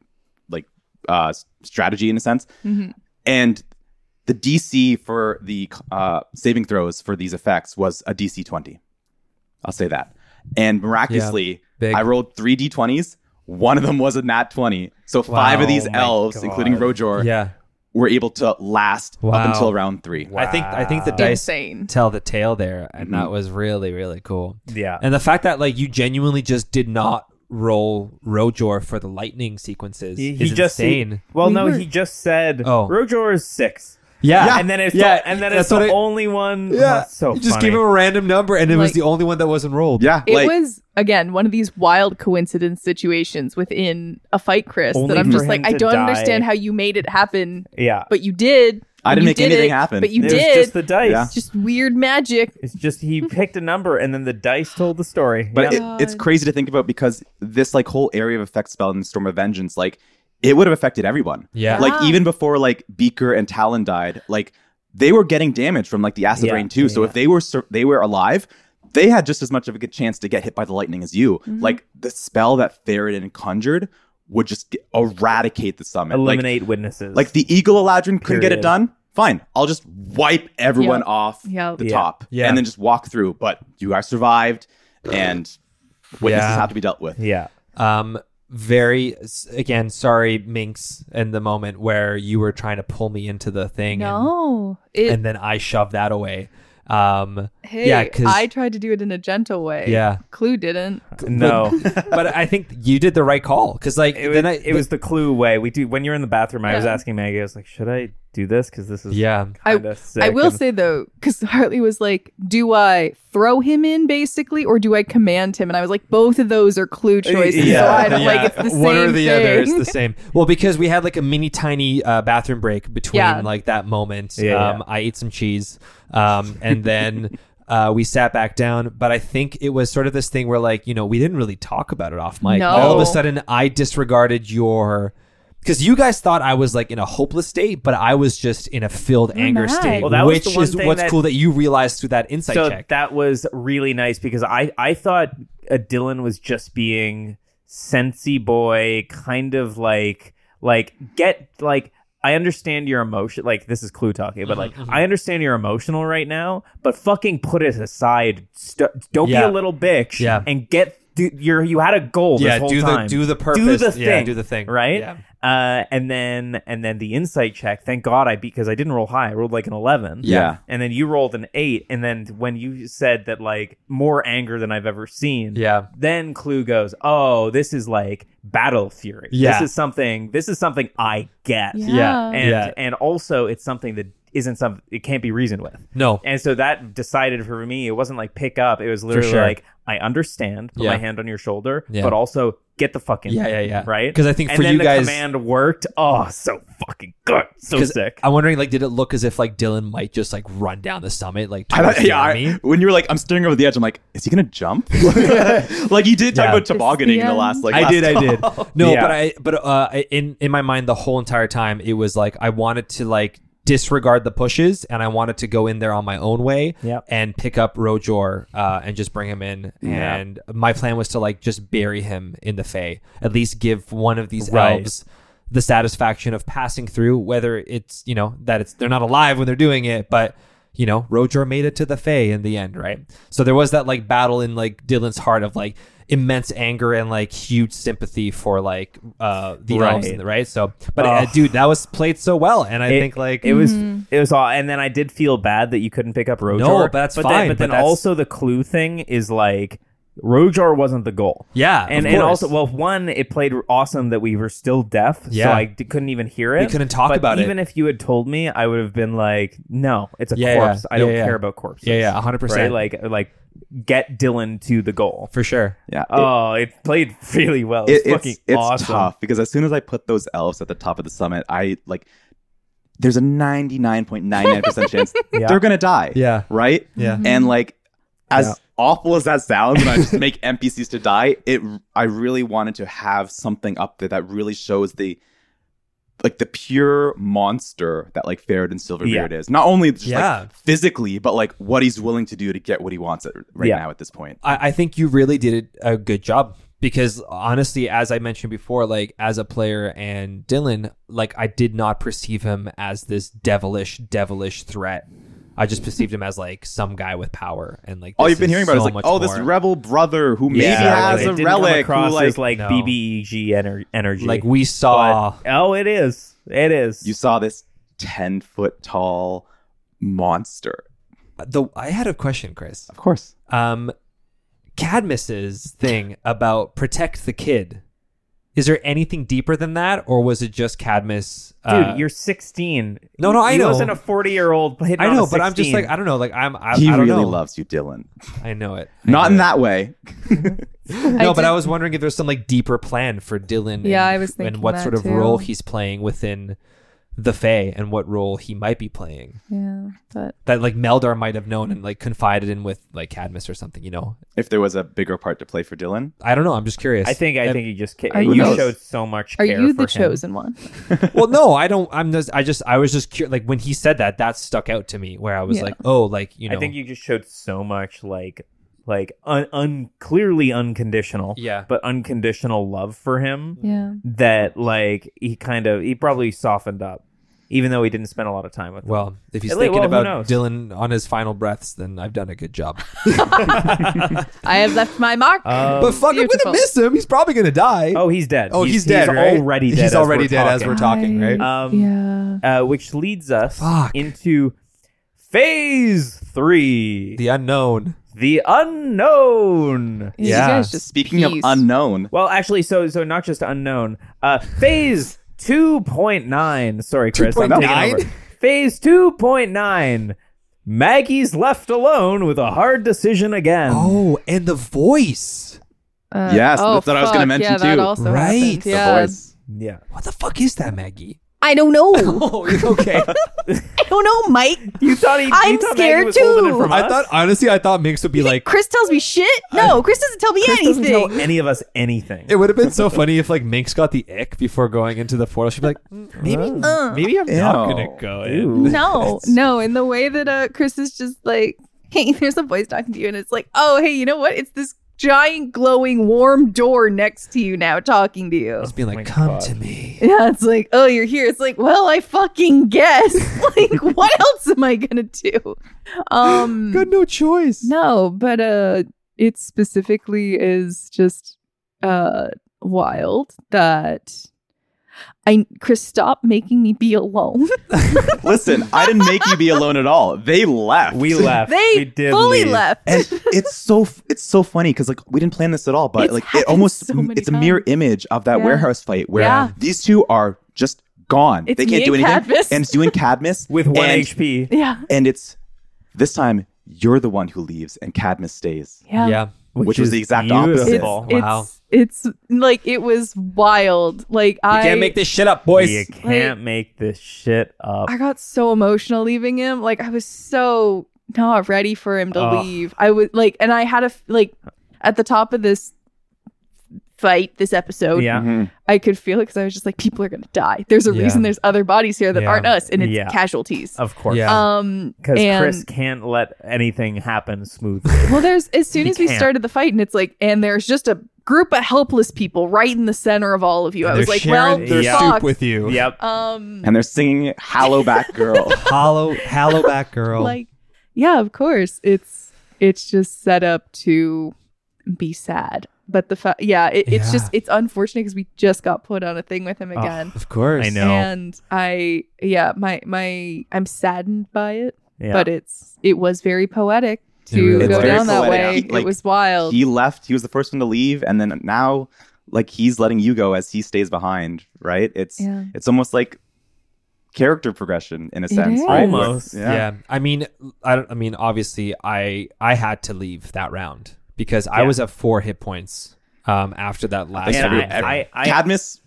[SPEAKER 1] like uh, s- strategy in a sense.
[SPEAKER 4] Mm-hmm.
[SPEAKER 1] And the DC for the uh, saving throws for these effects was a DC twenty. I'll say that. And miraculously,
[SPEAKER 3] Big.
[SPEAKER 1] I rolled three d20s. One of them was a nat 20. So five of
[SPEAKER 2] Wow,
[SPEAKER 1] these
[SPEAKER 2] my
[SPEAKER 1] elves,
[SPEAKER 2] God.
[SPEAKER 1] including Rojor,
[SPEAKER 3] yeah.
[SPEAKER 1] were able to last
[SPEAKER 3] Wow.
[SPEAKER 1] up until round three.
[SPEAKER 3] I think I think the
[SPEAKER 2] Wow.
[SPEAKER 3] dice
[SPEAKER 4] Insane.
[SPEAKER 3] tell the tale there, and that was really really cool.
[SPEAKER 2] Mm-hmm. Yeah.
[SPEAKER 3] And the fact that like you genuinely just did not roll Rojor for the lightning sequences
[SPEAKER 2] he,
[SPEAKER 3] is
[SPEAKER 2] he just he-
[SPEAKER 3] insane.
[SPEAKER 2] well,
[SPEAKER 4] We
[SPEAKER 2] no,
[SPEAKER 4] were-
[SPEAKER 2] he just said
[SPEAKER 3] Oh.
[SPEAKER 2] Rojor is six.
[SPEAKER 3] yeah.
[SPEAKER 2] and then it's
[SPEAKER 3] yeah,
[SPEAKER 2] the, and then
[SPEAKER 3] that's
[SPEAKER 2] it's the
[SPEAKER 3] what it-
[SPEAKER 2] only one. oh,
[SPEAKER 3] yeah.
[SPEAKER 2] it's so
[SPEAKER 3] you just
[SPEAKER 2] funny.
[SPEAKER 3] gave him a random number, and it was
[SPEAKER 4] Like-
[SPEAKER 3] the only one that wasn't rolled.
[SPEAKER 1] Yeah.
[SPEAKER 4] It
[SPEAKER 1] like,
[SPEAKER 4] was again one of these wild coincidence situations within a fight, Chris.
[SPEAKER 2] Only
[SPEAKER 4] that I'm
[SPEAKER 2] for
[SPEAKER 4] just like,
[SPEAKER 2] him
[SPEAKER 4] I
[SPEAKER 2] to
[SPEAKER 4] don't
[SPEAKER 2] die.
[SPEAKER 4] understand how you made it happen,
[SPEAKER 2] yeah.
[SPEAKER 4] but you did.
[SPEAKER 1] I
[SPEAKER 4] and
[SPEAKER 1] didn't
[SPEAKER 4] you
[SPEAKER 1] make
[SPEAKER 4] did
[SPEAKER 1] anything
[SPEAKER 4] it,
[SPEAKER 1] happen.
[SPEAKER 4] but you
[SPEAKER 2] It was
[SPEAKER 4] did.
[SPEAKER 2] just the dice.
[SPEAKER 1] Yeah.
[SPEAKER 4] just weird magic.
[SPEAKER 2] It's just he picked a number and then the dice told the story.
[SPEAKER 1] but
[SPEAKER 2] yeah.
[SPEAKER 1] it, it's crazy to think about because this like whole area of effect spell in Storm of Vengeance, like it would have affected everyone.
[SPEAKER 3] Yeah.
[SPEAKER 1] Like
[SPEAKER 4] Ah.
[SPEAKER 1] even before like Beaker and Talon died, like they were getting damage from like the acid
[SPEAKER 2] Yeah,
[SPEAKER 1] rain too. So
[SPEAKER 2] yeah.
[SPEAKER 1] if they were sur- they were alive, they had just as much of a good chance to get hit by the lightning as you. Like the spell that Theroden conjured would just get- eradicate the summon. Like,
[SPEAKER 2] eliminate witnesses.
[SPEAKER 1] Like the Eagle Eladrin couldn't get
[SPEAKER 2] Period.
[SPEAKER 1] it done. Fine, I'll just wipe everyone
[SPEAKER 4] Yep.
[SPEAKER 1] off
[SPEAKER 4] Yep.
[SPEAKER 1] the
[SPEAKER 2] Yeah.
[SPEAKER 1] top,
[SPEAKER 3] Yeah.
[SPEAKER 1] and then just walk through. But you guys survived, and witnesses
[SPEAKER 3] Yeah.
[SPEAKER 1] have to be dealt with.
[SPEAKER 2] yeah.
[SPEAKER 3] Um, very s- again, sorry, Minx, in the moment where you were trying to pull me into the thing,
[SPEAKER 4] No,
[SPEAKER 3] and,
[SPEAKER 4] it.
[SPEAKER 3] and then I shoved that away. Um,
[SPEAKER 4] hey,
[SPEAKER 3] yeah, 'cause-
[SPEAKER 4] I tried to do it in a gentle way.
[SPEAKER 3] Yeah.
[SPEAKER 4] Clue didn't.
[SPEAKER 2] No.
[SPEAKER 3] but I think you did the right call because like
[SPEAKER 2] It was,
[SPEAKER 3] then I,
[SPEAKER 2] it was the clue way. We do when you're in the bathroom. I was
[SPEAKER 4] Yeah.
[SPEAKER 2] asking Maggie. I was like, "Should I do this? Because this is
[SPEAKER 3] yeah.
[SPEAKER 2] kinda sick.
[SPEAKER 4] I will
[SPEAKER 2] and-
[SPEAKER 4] say though, because Hartley was like, "Do I throw him in basically, or do I command him?" And I was like, "Both of those are clue choices, so I don't like it's the same
[SPEAKER 3] One or the
[SPEAKER 4] thing."
[SPEAKER 3] other is the same. Well, because we had like a mini tiny uh, bathroom break between
[SPEAKER 4] Yeah.
[SPEAKER 3] like that moment.
[SPEAKER 2] Yeah, yeah.
[SPEAKER 3] um, I ate some cheese, um, and then uh, we sat back down. But I think it was sort of this thing where like you know we didn't really talk about it off mic.
[SPEAKER 4] No.
[SPEAKER 3] All of a sudden, I disregarded your. Because you guys thought I was like in a hopeless state, but I was just in a filled anger
[SPEAKER 4] not.
[SPEAKER 3] state,
[SPEAKER 2] Well, that was
[SPEAKER 3] which
[SPEAKER 2] the one
[SPEAKER 3] is
[SPEAKER 2] thing
[SPEAKER 3] what's
[SPEAKER 2] that-
[SPEAKER 3] cool that you realized through that insight
[SPEAKER 2] so
[SPEAKER 3] check.
[SPEAKER 2] that was really nice because I I thought uh, Dylan was just being sensey boy, kind of like like get like I understand your emotion. Like this is Clue talking, but like I understand you're emotional right now. But fucking put it aside. St- don't
[SPEAKER 3] Yeah.
[SPEAKER 2] be a little bitch.
[SPEAKER 3] Yeah.
[SPEAKER 2] and get. Do, you're, you had a goal
[SPEAKER 3] yeah,
[SPEAKER 2] this whole
[SPEAKER 3] do
[SPEAKER 2] time.
[SPEAKER 3] the do the purpose,
[SPEAKER 2] do the thing,
[SPEAKER 3] yeah, do the thing,
[SPEAKER 2] right?
[SPEAKER 3] Yeah.
[SPEAKER 2] Uh, and then and then the insight check. Thank God I beat because I didn't roll high. I rolled like an eleven.
[SPEAKER 1] Yeah.
[SPEAKER 2] And then you rolled an eight. And then when you said that like more anger than I've ever seen.
[SPEAKER 3] Yeah.
[SPEAKER 2] Then Clue goes, oh, this is like battle fury.
[SPEAKER 3] Yeah.
[SPEAKER 2] This is something. This is something I get.
[SPEAKER 4] Yeah.
[SPEAKER 3] Yeah.
[SPEAKER 2] And
[SPEAKER 3] yeah.
[SPEAKER 2] and also it's something that isn't some. It can't be reasoned with.
[SPEAKER 3] No.
[SPEAKER 2] And so that decided for me, it wasn't like pick up. It was literally
[SPEAKER 3] sure.
[SPEAKER 2] like, I understand, put
[SPEAKER 3] Yeah.
[SPEAKER 2] my hand on your shoulder,
[SPEAKER 3] Yeah.
[SPEAKER 2] but also get the fucking
[SPEAKER 3] Yeah, yeah, yeah.
[SPEAKER 2] Right?
[SPEAKER 3] 'Cause I think
[SPEAKER 2] And
[SPEAKER 3] for
[SPEAKER 2] then
[SPEAKER 3] you
[SPEAKER 2] the
[SPEAKER 3] guys-
[SPEAKER 2] command worked. Oh, so fucking good. So
[SPEAKER 3] 'Cause
[SPEAKER 2] sick.
[SPEAKER 3] I'm wondering, like, did it look as if like Dylan might just like run down the summit, like
[SPEAKER 1] I
[SPEAKER 3] towards
[SPEAKER 1] thought, yeah,
[SPEAKER 3] the
[SPEAKER 1] I,
[SPEAKER 3] army?
[SPEAKER 1] when you were like, I'm staring over the edge. I'm like, is he gonna jump? like you did talk
[SPEAKER 3] Yeah.
[SPEAKER 1] about tobogganing in the
[SPEAKER 4] end.
[SPEAKER 1] last like.
[SPEAKER 3] I
[SPEAKER 1] last
[SPEAKER 3] did, I
[SPEAKER 1] call.
[SPEAKER 3] did. No,
[SPEAKER 2] Yeah.
[SPEAKER 3] but I, but uh, I- in in my mind, the whole entire time, it was like I wanted to like disregard the pushes, and I wanted to go in there on my own way,
[SPEAKER 2] Yep.
[SPEAKER 3] and pick up Rojor, uh, and just bring him in.
[SPEAKER 2] Yeah.
[SPEAKER 3] And my plan was to like just bury him in the Fey, at least give one of these
[SPEAKER 2] Right.
[SPEAKER 3] elves the satisfaction of passing through, whether it's you know that it's they're not alive when they're doing it, but you know Rojor made it to the Fey in the end, right? So there was that like battle in like Dylan's heart of like immense anger and like huge sympathy for like uh the
[SPEAKER 2] Right.
[SPEAKER 3] elves, in the- right? So, but
[SPEAKER 2] Ugh.
[SPEAKER 3] uh, dude, that was played so well, and I
[SPEAKER 2] It-
[SPEAKER 3] think like
[SPEAKER 2] it was it was all and then I did feel bad that you couldn't pick up Rojar.
[SPEAKER 3] No, but that's
[SPEAKER 2] but
[SPEAKER 3] fine,
[SPEAKER 2] Then,
[SPEAKER 3] but
[SPEAKER 2] but then
[SPEAKER 3] that's-
[SPEAKER 2] also the clue thing is like Rojar wasn't the goal.
[SPEAKER 3] Yeah, of
[SPEAKER 2] and and
[SPEAKER 3] course.
[SPEAKER 2] also well, one it played awesome that we were still deaf, so
[SPEAKER 3] Yeah.
[SPEAKER 2] I d- couldn't even hear it.
[SPEAKER 3] We couldn't talk
[SPEAKER 2] But
[SPEAKER 3] about it.
[SPEAKER 2] Even if you had told me, I would have been like, "No, it's a
[SPEAKER 3] Yeah, yeah,
[SPEAKER 2] corpse. I don't
[SPEAKER 3] yeah, yeah.
[SPEAKER 2] care about corpses."
[SPEAKER 3] yeah, yeah,
[SPEAKER 2] right?
[SPEAKER 3] hundred percent, like
[SPEAKER 2] Like like get Dylan to the goal.
[SPEAKER 3] for sure.
[SPEAKER 1] Yeah. It-
[SPEAKER 2] Oh, it played really well.
[SPEAKER 1] it-
[SPEAKER 2] It's
[SPEAKER 1] it's
[SPEAKER 2] fucking
[SPEAKER 1] it's
[SPEAKER 2] awesome.
[SPEAKER 1] tough because as soon as I put those elves at the top of the summit, I like. There's a 99.99% chance
[SPEAKER 2] Yeah.
[SPEAKER 1] they're gonna die.
[SPEAKER 3] Yeah.
[SPEAKER 1] Right.
[SPEAKER 3] Yeah.
[SPEAKER 1] And like, as
[SPEAKER 3] Yeah.
[SPEAKER 1] awful as that sounds, when I just make NPCs to die, it I really wanted to have something up there that really shows the like the pure monster that like Faradin Silverbeard
[SPEAKER 2] Yeah.
[SPEAKER 1] is. Not only just
[SPEAKER 3] Yeah.
[SPEAKER 1] like physically, but like what he's willing to do to get what he wants at, right
[SPEAKER 2] Yeah.
[SPEAKER 1] now at this point.
[SPEAKER 3] I, I think you really did a good job because honestly, as I mentioned before, like as a player and Dylan, like I did not perceive him as this devilish, devilish threat. I just perceived him as like some guy with power and like
[SPEAKER 1] All
[SPEAKER 3] this
[SPEAKER 1] you've been
[SPEAKER 3] is
[SPEAKER 1] hearing about
[SPEAKER 3] so
[SPEAKER 1] is like,
[SPEAKER 3] much
[SPEAKER 1] oh, this
[SPEAKER 3] more-
[SPEAKER 1] rebel brother who maybe
[SPEAKER 2] Yeah,
[SPEAKER 1] has
[SPEAKER 2] it
[SPEAKER 1] a
[SPEAKER 2] didn't come
[SPEAKER 1] relic who
[SPEAKER 2] across
[SPEAKER 1] like,
[SPEAKER 2] as like
[SPEAKER 3] No.
[SPEAKER 2] BBEG ener- energy.
[SPEAKER 3] like we saw.
[SPEAKER 2] but, oh, it is. It is.
[SPEAKER 1] you saw this ten foot tall monster.
[SPEAKER 3] the I had a question, Chris.
[SPEAKER 1] Of course.
[SPEAKER 3] Um, Cadmus's thing about protect the kid. Is there anything deeper than that, or was it just Cadmus?
[SPEAKER 2] Dude,
[SPEAKER 3] uh,
[SPEAKER 2] you're 16.
[SPEAKER 3] No, no, I
[SPEAKER 2] he
[SPEAKER 3] know.
[SPEAKER 2] wasn't a 40 year old.
[SPEAKER 3] I know, but I'm just like I don't know. Like I'm. I,
[SPEAKER 1] he
[SPEAKER 3] I don't
[SPEAKER 1] really
[SPEAKER 3] know.
[SPEAKER 1] loves you, Dylan.
[SPEAKER 3] I know it. I
[SPEAKER 1] Not
[SPEAKER 3] know
[SPEAKER 1] in
[SPEAKER 3] it.
[SPEAKER 1] that way.
[SPEAKER 3] No, but
[SPEAKER 4] did-
[SPEAKER 3] I was wondering if there's some like deeper plan for Dylan.
[SPEAKER 4] Yeah,
[SPEAKER 3] and,
[SPEAKER 4] I was
[SPEAKER 3] and
[SPEAKER 4] thinking
[SPEAKER 3] what
[SPEAKER 4] that
[SPEAKER 3] sort of
[SPEAKER 4] too.
[SPEAKER 3] role he's playing within the Fae and what role he might be playing
[SPEAKER 4] Yeah, but
[SPEAKER 3] that like Meldar might have known and like confided in with like Cadmus or something. You know,
[SPEAKER 1] If there was a bigger part to play for Dylan,
[SPEAKER 3] I don't know. I'm just curious.
[SPEAKER 2] I think I
[SPEAKER 3] And-
[SPEAKER 2] think you just ca-
[SPEAKER 4] Are
[SPEAKER 2] you
[SPEAKER 1] you- Who knows?
[SPEAKER 2] showed so much.
[SPEAKER 4] are
[SPEAKER 2] care
[SPEAKER 4] you
[SPEAKER 2] for
[SPEAKER 4] the
[SPEAKER 2] him.
[SPEAKER 4] chosen one?
[SPEAKER 3] well, no, I don't. I'm just. I just. I was just curious. Like when he said that, that stuck out to me. Where I was
[SPEAKER 4] Yeah.
[SPEAKER 3] like, oh, like you know.
[SPEAKER 2] I think you just showed so much like like un, un clearly unconditional,
[SPEAKER 3] Yeah.
[SPEAKER 2] but unconditional love for him
[SPEAKER 4] Yeah.
[SPEAKER 2] that like he kind of he probably softened up, even though he didn't spend a lot of time with. him.
[SPEAKER 3] Well, if he's
[SPEAKER 2] At least-
[SPEAKER 3] thinking
[SPEAKER 2] well, who knows?
[SPEAKER 3] about Dylan on his final breaths, then I've done a good job.
[SPEAKER 4] I have left my mark.
[SPEAKER 2] Um,
[SPEAKER 3] but fuck, I'm gonna
[SPEAKER 4] beautiful.
[SPEAKER 3] miss him. He's probably gonna die.
[SPEAKER 2] oh, he's dead.
[SPEAKER 3] Oh, he's dead, right?
[SPEAKER 2] Already dead.
[SPEAKER 3] He's
[SPEAKER 2] as
[SPEAKER 3] already
[SPEAKER 2] we're
[SPEAKER 3] dead as
[SPEAKER 2] talking.
[SPEAKER 3] we're talking, right?
[SPEAKER 2] Um,
[SPEAKER 4] yeah.
[SPEAKER 2] uh, which leads us
[SPEAKER 3] Fuck.
[SPEAKER 2] into phase three the,
[SPEAKER 3] the unknown.
[SPEAKER 2] unknown
[SPEAKER 4] You
[SPEAKER 3] yeah.
[SPEAKER 4] guys just
[SPEAKER 1] speaking of
[SPEAKER 4] peace.
[SPEAKER 1] unknown,
[SPEAKER 2] well actually so so not just unknown uh phase 2.9 sorry chris i'm taking
[SPEAKER 3] 2.9?
[SPEAKER 2] over phase 2.9 maggie's left alone with a hard decision again
[SPEAKER 3] Oh, and the voice.
[SPEAKER 4] Uh,
[SPEAKER 1] Yes,
[SPEAKER 4] oh,
[SPEAKER 1] that's what I was gonna
[SPEAKER 4] fuck,
[SPEAKER 1] mention
[SPEAKER 4] yeah, That
[SPEAKER 1] too.
[SPEAKER 4] also
[SPEAKER 3] Right.
[SPEAKER 4] happened.
[SPEAKER 3] The
[SPEAKER 4] Yeah.
[SPEAKER 2] yeah
[SPEAKER 3] What the fuck is that, Maggie?
[SPEAKER 4] I don't know.
[SPEAKER 3] Oh, okay.
[SPEAKER 4] I don't know, Mike.
[SPEAKER 2] you thought he you
[SPEAKER 4] I'm
[SPEAKER 2] thought Maggie
[SPEAKER 4] scared
[SPEAKER 2] was holding it
[SPEAKER 4] too.
[SPEAKER 2] from
[SPEAKER 3] I
[SPEAKER 2] us?
[SPEAKER 3] thought honestly, I thought Minx would be like.
[SPEAKER 4] Chris tells me shit. No, uh, Chris doesn't tell me
[SPEAKER 2] Chris doesn't
[SPEAKER 4] anything.
[SPEAKER 2] tell any of us anything
[SPEAKER 3] It would have been so funny if like Minx got the ick before going into the portal. She'd be like, "Mm, maybe,
[SPEAKER 4] Uh.
[SPEAKER 3] maybe I'm not
[SPEAKER 1] Ew.
[SPEAKER 3] gonna go in.
[SPEAKER 2] Ooh.
[SPEAKER 4] no, no. In the way that uh, Chris is just like, hey, there's a voice talking to you, and it's like, oh, hey, you know what? It's this giant glowing warm door next to you now talking to you.
[SPEAKER 3] Just being like,
[SPEAKER 2] my
[SPEAKER 3] "Come
[SPEAKER 2] God.
[SPEAKER 3] to me."
[SPEAKER 4] Yeah, it's like, oh, you're here. It's like, well, I fucking guess. like, what else am I gonna do? Um,
[SPEAKER 3] Got no choice.
[SPEAKER 4] no, but uh, it specifically is just uh wild that I Chris stop making me be alone.
[SPEAKER 1] listen, I didn't make you be alone at all. They left.
[SPEAKER 2] we left
[SPEAKER 4] they
[SPEAKER 2] we did
[SPEAKER 4] fully
[SPEAKER 2] leave.
[SPEAKER 4] left.
[SPEAKER 1] and it's so f- it's so funny because like we didn't plan this at all, but
[SPEAKER 4] It's
[SPEAKER 1] like
[SPEAKER 4] happened
[SPEAKER 1] it almost
[SPEAKER 4] so many
[SPEAKER 1] it's a mirror
[SPEAKER 4] times.
[SPEAKER 1] image of that
[SPEAKER 4] Yeah.
[SPEAKER 1] warehouse fight where
[SPEAKER 4] Yeah.
[SPEAKER 1] these two are just gone.
[SPEAKER 4] It's
[SPEAKER 1] they
[SPEAKER 4] me
[SPEAKER 1] can't do
[SPEAKER 4] and
[SPEAKER 1] anything,
[SPEAKER 4] Cadmus.
[SPEAKER 1] and it's you and Cadmus
[SPEAKER 2] with one
[SPEAKER 1] and,
[SPEAKER 2] hp
[SPEAKER 4] yeah,
[SPEAKER 1] and it's this time you're the one who leaves and Cadmus stays.
[SPEAKER 4] yeah,
[SPEAKER 1] Which was
[SPEAKER 2] is
[SPEAKER 1] the exact
[SPEAKER 2] beautiful.
[SPEAKER 1] opposite.
[SPEAKER 4] It's,
[SPEAKER 1] Wow.
[SPEAKER 4] it's it's like it was wild. Like I
[SPEAKER 3] this shit up,
[SPEAKER 2] You can't make this shit up.
[SPEAKER 4] I got so emotional leaving him. Like I was so not ready for him to
[SPEAKER 2] Ugh.
[SPEAKER 4] leave. I was like, and I had a f- like at the top of this fight, this episode,
[SPEAKER 2] Yeah. Mm-hmm.
[SPEAKER 1] Mhm.
[SPEAKER 4] I could feel it because I was just like, people are gonna die. There's a
[SPEAKER 3] Yeah.
[SPEAKER 4] reason there's other bodies here that
[SPEAKER 3] Yeah.
[SPEAKER 4] aren't us, and it's
[SPEAKER 2] Yeah.
[SPEAKER 4] casualties.
[SPEAKER 2] Of course.
[SPEAKER 3] Yeah.
[SPEAKER 4] Um,
[SPEAKER 2] Because
[SPEAKER 4] and
[SPEAKER 2] Chris can't let anything happen smoothly.
[SPEAKER 4] well, there's as soon
[SPEAKER 2] He
[SPEAKER 4] as we
[SPEAKER 2] can't.
[SPEAKER 4] started the fight, and it's like, and there's just a group of helpless people right in the center of all of you. I was like, well,
[SPEAKER 2] their
[SPEAKER 3] they
[SPEAKER 2] Yeah.
[SPEAKER 4] fuck.
[SPEAKER 3] with you.
[SPEAKER 2] yep.
[SPEAKER 4] um,
[SPEAKER 1] And they're singing "Hallow Back Girl."
[SPEAKER 3] Hollow, hollow back girl.
[SPEAKER 4] like yeah of course it's it's just set up to be sad but the fact yeah, it, it's
[SPEAKER 3] Yeah.
[SPEAKER 4] just it's unfortunate because we just got put on a thing with him again
[SPEAKER 3] of course.
[SPEAKER 2] I know.
[SPEAKER 4] and i yeah my my i'm saddened by it
[SPEAKER 2] Yeah.
[SPEAKER 4] but it's it was very poetic to
[SPEAKER 3] really
[SPEAKER 4] go
[SPEAKER 1] was. Very
[SPEAKER 4] down that
[SPEAKER 1] poetic.
[SPEAKER 4] way
[SPEAKER 1] He, like,
[SPEAKER 4] it was wild
[SPEAKER 1] he left. He was the first one to leave, and then now, like he's letting you go as he stays behind. Right? It's
[SPEAKER 4] Yeah.
[SPEAKER 1] it's almost like character progression in a sense.
[SPEAKER 4] is.
[SPEAKER 1] Right?
[SPEAKER 2] Almost.
[SPEAKER 1] Where-
[SPEAKER 3] Yeah. I mean, I don't. I mean, obviously, I I had to leave that round because I
[SPEAKER 2] Yeah.
[SPEAKER 3] was at four hit points um after that last.
[SPEAKER 2] And
[SPEAKER 1] Sorry.
[SPEAKER 2] I, I, I,
[SPEAKER 1] Cadmus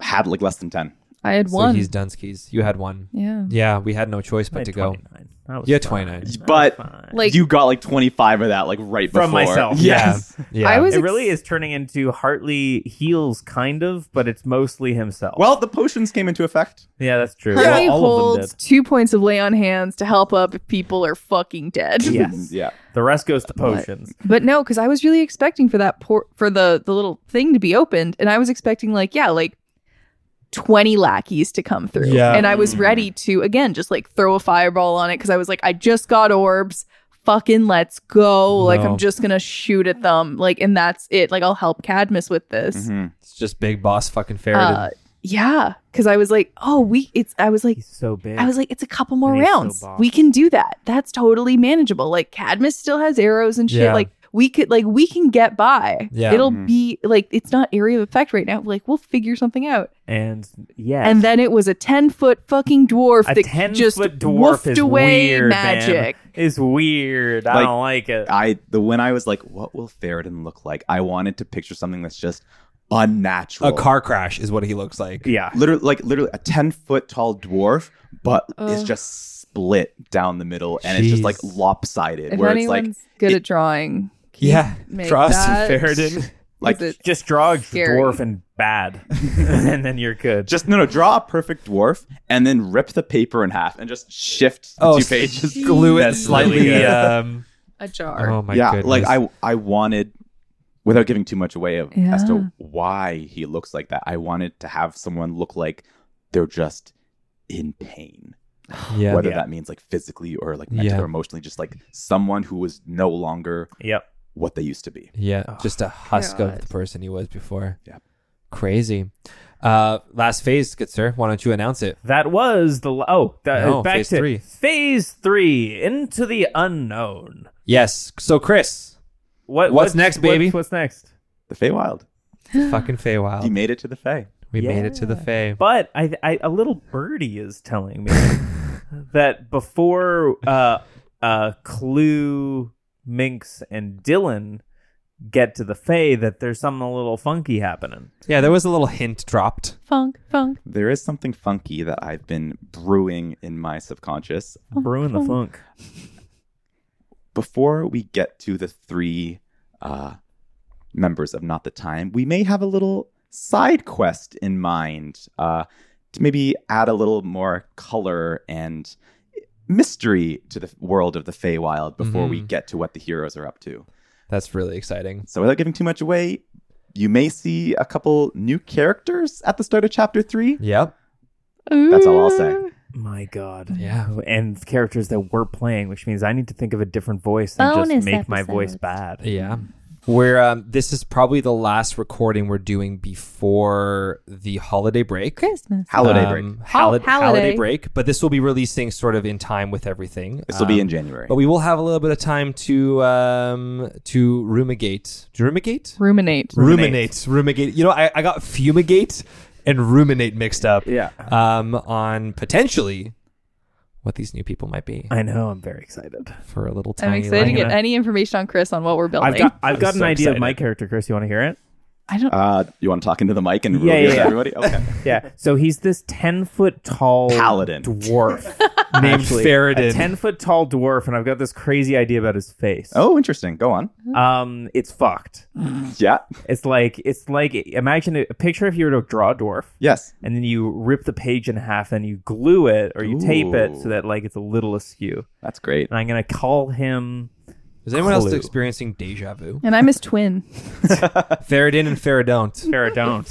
[SPEAKER 1] had like less than ten.
[SPEAKER 4] i had
[SPEAKER 3] so
[SPEAKER 4] one
[SPEAKER 3] he's Dunskys. You had one.
[SPEAKER 4] yeah
[SPEAKER 3] Yeah, we had no choice but
[SPEAKER 2] I
[SPEAKER 3] to go.
[SPEAKER 2] 29. That was
[SPEAKER 3] You had
[SPEAKER 2] fine.
[SPEAKER 3] 29.
[SPEAKER 2] That was
[SPEAKER 1] But-
[SPEAKER 2] fine.
[SPEAKER 4] Like
[SPEAKER 1] you got like 25 of that like right
[SPEAKER 2] From
[SPEAKER 1] before.
[SPEAKER 2] myself.
[SPEAKER 1] Yes.
[SPEAKER 3] Yeah.
[SPEAKER 4] I was
[SPEAKER 2] it
[SPEAKER 4] ex-
[SPEAKER 2] really is turning into Hartley heals kind of, but it's mostly himself.
[SPEAKER 1] Well, the potions came into effect.
[SPEAKER 2] yeah, that's true.
[SPEAKER 4] Harley
[SPEAKER 2] Well, all of them
[SPEAKER 4] holds
[SPEAKER 2] did.
[SPEAKER 4] two points of lay on hands to help up if people are fucking dead.
[SPEAKER 2] Yes.
[SPEAKER 1] Yeah.
[SPEAKER 2] The rest goes to
[SPEAKER 4] But-
[SPEAKER 2] potions.
[SPEAKER 4] But no, because I was really expecting for that port for the the little thing to be opened, and I was expecting like yeah, like twenty lackeys to come through,
[SPEAKER 3] Yeah.
[SPEAKER 4] and I was ready to again just like throw a fireball on it because I was like, I just got orbs, fucking let's go, like
[SPEAKER 3] No.
[SPEAKER 4] I'm just gonna shoot at them, like and that's it, like I'll help Cadmus with this,
[SPEAKER 1] Mhm.
[SPEAKER 3] It's just big boss fucking ferreted.
[SPEAKER 4] uh, yeah, because I was like, oh we, it's I was like
[SPEAKER 2] He's so big.
[SPEAKER 4] I was like, it's a couple more
[SPEAKER 2] And he's so
[SPEAKER 4] rounds.
[SPEAKER 2] buff.
[SPEAKER 4] we can do that. That's totally manageable. Like Cadmus still has arrows and shit.
[SPEAKER 3] Yeah.
[SPEAKER 4] Like we could like we can get by.
[SPEAKER 3] Yeah.
[SPEAKER 4] It'll
[SPEAKER 1] Mhm.
[SPEAKER 4] be like it's not area of effect right now. Like we'll figure something out.
[SPEAKER 2] and yeah,
[SPEAKER 4] And then it was a ten foot fucking dwarf
[SPEAKER 2] a
[SPEAKER 4] that
[SPEAKER 2] ten
[SPEAKER 4] just
[SPEAKER 2] foot dwarf
[SPEAKER 4] woofed
[SPEAKER 2] is
[SPEAKER 4] away
[SPEAKER 2] weird.
[SPEAKER 4] magic.
[SPEAKER 2] Man. It's weird. I
[SPEAKER 1] Like,
[SPEAKER 2] don't like it.
[SPEAKER 1] I the when I was like, what will Ferritin look like? I wanted to picture something that's just unnatural.
[SPEAKER 4] Uh,
[SPEAKER 3] a car crash is what he looks like.
[SPEAKER 2] yeah,
[SPEAKER 1] literally like literally a 10 foot tall dwarf but it's
[SPEAKER 4] Ugh.
[SPEAKER 1] just split down the middle and it's just
[SPEAKER 3] Jeez.
[SPEAKER 1] like lopsided
[SPEAKER 4] If
[SPEAKER 1] where it's like
[SPEAKER 4] anyone's good
[SPEAKER 1] it-
[SPEAKER 4] at drawing, can you
[SPEAKER 3] Yeah.
[SPEAKER 4] make
[SPEAKER 3] Trust
[SPEAKER 4] that?
[SPEAKER 3] Ferretin.
[SPEAKER 1] like
[SPEAKER 4] Is it-
[SPEAKER 2] just draw a
[SPEAKER 4] Scary.
[SPEAKER 2] dwarf and bad, and then you're good.
[SPEAKER 1] just no no draw a perfect dwarf and then rip the paper in half and just shift the
[SPEAKER 3] Oh,
[SPEAKER 1] two
[SPEAKER 3] s-
[SPEAKER 1] pages
[SPEAKER 3] Glue it
[SPEAKER 1] That's
[SPEAKER 3] slightly.
[SPEAKER 1] really good.
[SPEAKER 3] um,
[SPEAKER 4] a jar.
[SPEAKER 3] oh my
[SPEAKER 1] yeah
[SPEAKER 3] goodness.
[SPEAKER 1] like i i wanted without giving too much away of as
[SPEAKER 4] Yeah.
[SPEAKER 1] to why he looks like that i wanted to have someone look like they're just in pain
[SPEAKER 3] yeah.
[SPEAKER 1] whether
[SPEAKER 2] Yeah.
[SPEAKER 1] that means like physically or like mentally
[SPEAKER 3] Yeah.
[SPEAKER 1] or emotionally just like someone who was no longer
[SPEAKER 2] Yep.
[SPEAKER 1] what they used to be
[SPEAKER 3] Yeah,
[SPEAKER 2] Oh,
[SPEAKER 3] just a husk
[SPEAKER 4] God.
[SPEAKER 3] of the person he was before.
[SPEAKER 1] Yep.
[SPEAKER 3] Crazy. Uh, last phase, good sir. Why don't you announce it?
[SPEAKER 2] That was the oh the,
[SPEAKER 3] No,
[SPEAKER 2] back
[SPEAKER 3] phase
[SPEAKER 2] to
[SPEAKER 3] three.
[SPEAKER 2] phase three into the unknown.
[SPEAKER 3] Yes. So, Chris,
[SPEAKER 2] What
[SPEAKER 3] What's next, baby?
[SPEAKER 2] What's, what's next?
[SPEAKER 1] the Feywild.
[SPEAKER 3] fucking
[SPEAKER 1] He
[SPEAKER 3] Feywild.
[SPEAKER 1] made it to the Fey.
[SPEAKER 3] We
[SPEAKER 2] Yeah.
[SPEAKER 3] made it to the Fey.
[SPEAKER 2] But I, I a little birdie is telling me that before uh uh Clue, Minx, and Dylan get to the Fae, that there's something a little funky happening.
[SPEAKER 3] Yeah, there was a little hint dropped.
[SPEAKER 4] Funk, funk.
[SPEAKER 1] There is something funky that I've been brewing in my subconscious.
[SPEAKER 2] Brewing the funk.
[SPEAKER 1] Before we get to the three uh, members of Not the Time, we may have a little side quest in mind uh, to maybe add a little more color and mystery to the world of the Feywild before we
[SPEAKER 3] Mhm.
[SPEAKER 1] get to what the heroes are up to.
[SPEAKER 3] That's really exciting.
[SPEAKER 1] So, without giving too much away, you may see a couple new characters at the start of chapter three.
[SPEAKER 3] Yep.
[SPEAKER 1] That's all I'll say.
[SPEAKER 4] Ooh.
[SPEAKER 2] My God.
[SPEAKER 3] Yeah.
[SPEAKER 2] And characters that we're playing, which means I need to think of a different voice and
[SPEAKER 4] Bonus
[SPEAKER 2] just make my
[SPEAKER 4] episodes.
[SPEAKER 2] voice bad.
[SPEAKER 3] Yeah. We're um, this is probably the last recording we're doing before the holiday break.
[SPEAKER 4] Christmas.
[SPEAKER 1] Holiday
[SPEAKER 3] Um,
[SPEAKER 1] break.
[SPEAKER 3] Holiday,
[SPEAKER 4] Holiday.
[SPEAKER 3] holiday break. But this will be releasing sort of in time with everything.
[SPEAKER 1] This will be
[SPEAKER 3] Um,
[SPEAKER 1] in January.
[SPEAKER 3] But we will have a little bit of time to um to rumigate. Do you rumigate?
[SPEAKER 4] Ruminate.
[SPEAKER 3] Ruminate. Rumigate. You know, I, I got fumigate and ruminate mixed up.
[SPEAKER 2] Yeah.
[SPEAKER 3] Um on potentially what these new people might be
[SPEAKER 2] I know. I'm very excited.
[SPEAKER 3] for a little
[SPEAKER 4] I'm
[SPEAKER 3] tiny
[SPEAKER 4] excited to
[SPEAKER 3] line.
[SPEAKER 4] get any information on Chris on what we're building.
[SPEAKER 2] I've got, I've
[SPEAKER 3] I'm
[SPEAKER 2] got an
[SPEAKER 3] Oh, so
[SPEAKER 2] idea of my
[SPEAKER 3] excited.
[SPEAKER 2] character, Chris. You want to hear it?
[SPEAKER 4] I don't.
[SPEAKER 1] Uh, you want to talk into the mic and
[SPEAKER 2] Yeah,
[SPEAKER 1] reveal
[SPEAKER 2] yeah,
[SPEAKER 1] to
[SPEAKER 2] yeah.
[SPEAKER 1] everybody? Okay.
[SPEAKER 2] Yeah. So he's this 10 foot tall
[SPEAKER 1] Paladin.
[SPEAKER 2] dwarf
[SPEAKER 3] Named
[SPEAKER 2] actually.
[SPEAKER 3] Faradin.
[SPEAKER 2] A 10 foot tall dwarf, and I've got this crazy idea about his face.
[SPEAKER 1] Oh, interesting. Go on.
[SPEAKER 4] Mm-hmm.
[SPEAKER 2] Um, it's fucked.
[SPEAKER 1] Yeah.
[SPEAKER 2] It's like, it's like, imagine a picture if you were to draw a dwarf.
[SPEAKER 1] Yes.
[SPEAKER 2] and then you rip the page in half and you glue it or you tape it so
[SPEAKER 1] Ooh.
[SPEAKER 2] that like it's a little askew.
[SPEAKER 1] That's great.
[SPEAKER 2] And I'm gonna call him
[SPEAKER 3] Is anyone else
[SPEAKER 2] Clue.
[SPEAKER 3] experiencing deja vu?
[SPEAKER 4] and I'm his twin.
[SPEAKER 3] Faradin and Faradont.
[SPEAKER 2] Faradont.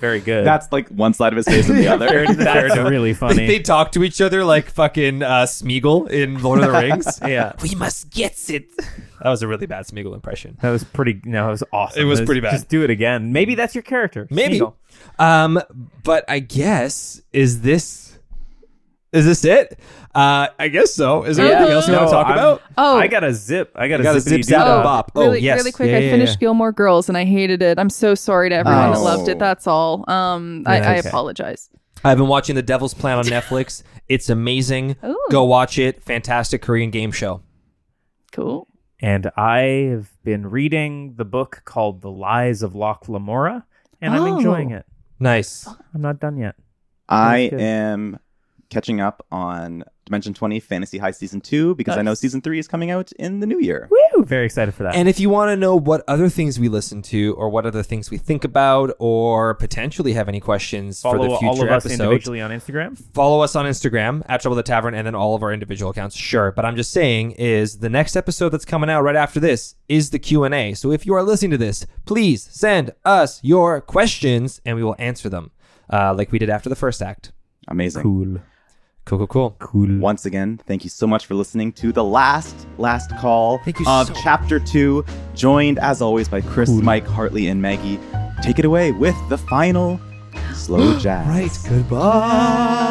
[SPEAKER 2] Very good.
[SPEAKER 1] That's like one side of his face and the other.
[SPEAKER 2] That's really funny.
[SPEAKER 3] They talk to each other like fucking uh, Smeagol in Lord of the Rings.
[SPEAKER 2] yeah,
[SPEAKER 3] we must get it. That was a really bad Smeagol impression.
[SPEAKER 2] that was pretty. No, it was awesome.
[SPEAKER 3] It was pretty bad.
[SPEAKER 2] Just do it again. Maybe that's your character.
[SPEAKER 3] Maybe.
[SPEAKER 2] Smeagol.
[SPEAKER 3] Um, but I guess is this is this it? Uh, I guess so. Is there
[SPEAKER 4] Yeah.
[SPEAKER 3] anything else you want
[SPEAKER 2] No,
[SPEAKER 3] to talk
[SPEAKER 2] I'm-
[SPEAKER 3] about?
[SPEAKER 4] Oh,
[SPEAKER 2] I got a zip. I got
[SPEAKER 3] You got
[SPEAKER 2] a
[SPEAKER 3] a
[SPEAKER 2] zip.
[SPEAKER 3] zip zap
[SPEAKER 4] oh,
[SPEAKER 3] Bob. Oh,
[SPEAKER 4] really,
[SPEAKER 3] yes.
[SPEAKER 4] really quick.
[SPEAKER 3] Yeah,
[SPEAKER 4] I
[SPEAKER 3] yeah,
[SPEAKER 4] finished
[SPEAKER 3] yeah.
[SPEAKER 4] Gilmore Girls and I hated it. I'm so sorry to everyone that
[SPEAKER 1] Oh.
[SPEAKER 4] loved it. That's all. Um, I, I
[SPEAKER 2] Okay.
[SPEAKER 4] apologize.
[SPEAKER 3] I've been watching The Devil's Plan on Netflix. It's amazing.
[SPEAKER 4] Ooh.
[SPEAKER 3] Go watch it. Fantastic Korean game show.
[SPEAKER 4] Cool.
[SPEAKER 2] And I have been reading the book called The Lies of Locke Lamora, and I'm
[SPEAKER 4] Oh.
[SPEAKER 2] enjoying it.
[SPEAKER 3] Nice.
[SPEAKER 2] I'm not done yet.
[SPEAKER 1] I
[SPEAKER 2] good.
[SPEAKER 1] am catching up on Dimension 20 Fantasy High Season 2 because I know
[SPEAKER 4] Nice.
[SPEAKER 1] Season 3 is coming out in the new year.
[SPEAKER 2] Woo! Very excited for that.
[SPEAKER 3] And if you want to know what other things we listen to, or what other things we think about, or potentially have any questions
[SPEAKER 2] Follow
[SPEAKER 3] for the future
[SPEAKER 2] all of us
[SPEAKER 3] episodes,
[SPEAKER 2] individually on Instagram.
[SPEAKER 3] follow us on Instagram at Trouble the Tavern, and then all of our individual accounts. Sure, but I'm just saying is the next episode that's coming out right after this is the Q and A. So if you are listening to this, please send us your questions, and we will answer them, uh, like we did after the first act.
[SPEAKER 1] Amazing.
[SPEAKER 2] Cool.
[SPEAKER 3] Cool, cool, cool.
[SPEAKER 2] Cool.
[SPEAKER 1] Once again, thank you so much for listening to the last, last call
[SPEAKER 3] Thank you
[SPEAKER 1] of
[SPEAKER 3] so
[SPEAKER 1] Chapter 2, joined as always by Chris, Mike, Hartley, and Maggie. Take it away with the final slow jazz.
[SPEAKER 3] Right, goodbye.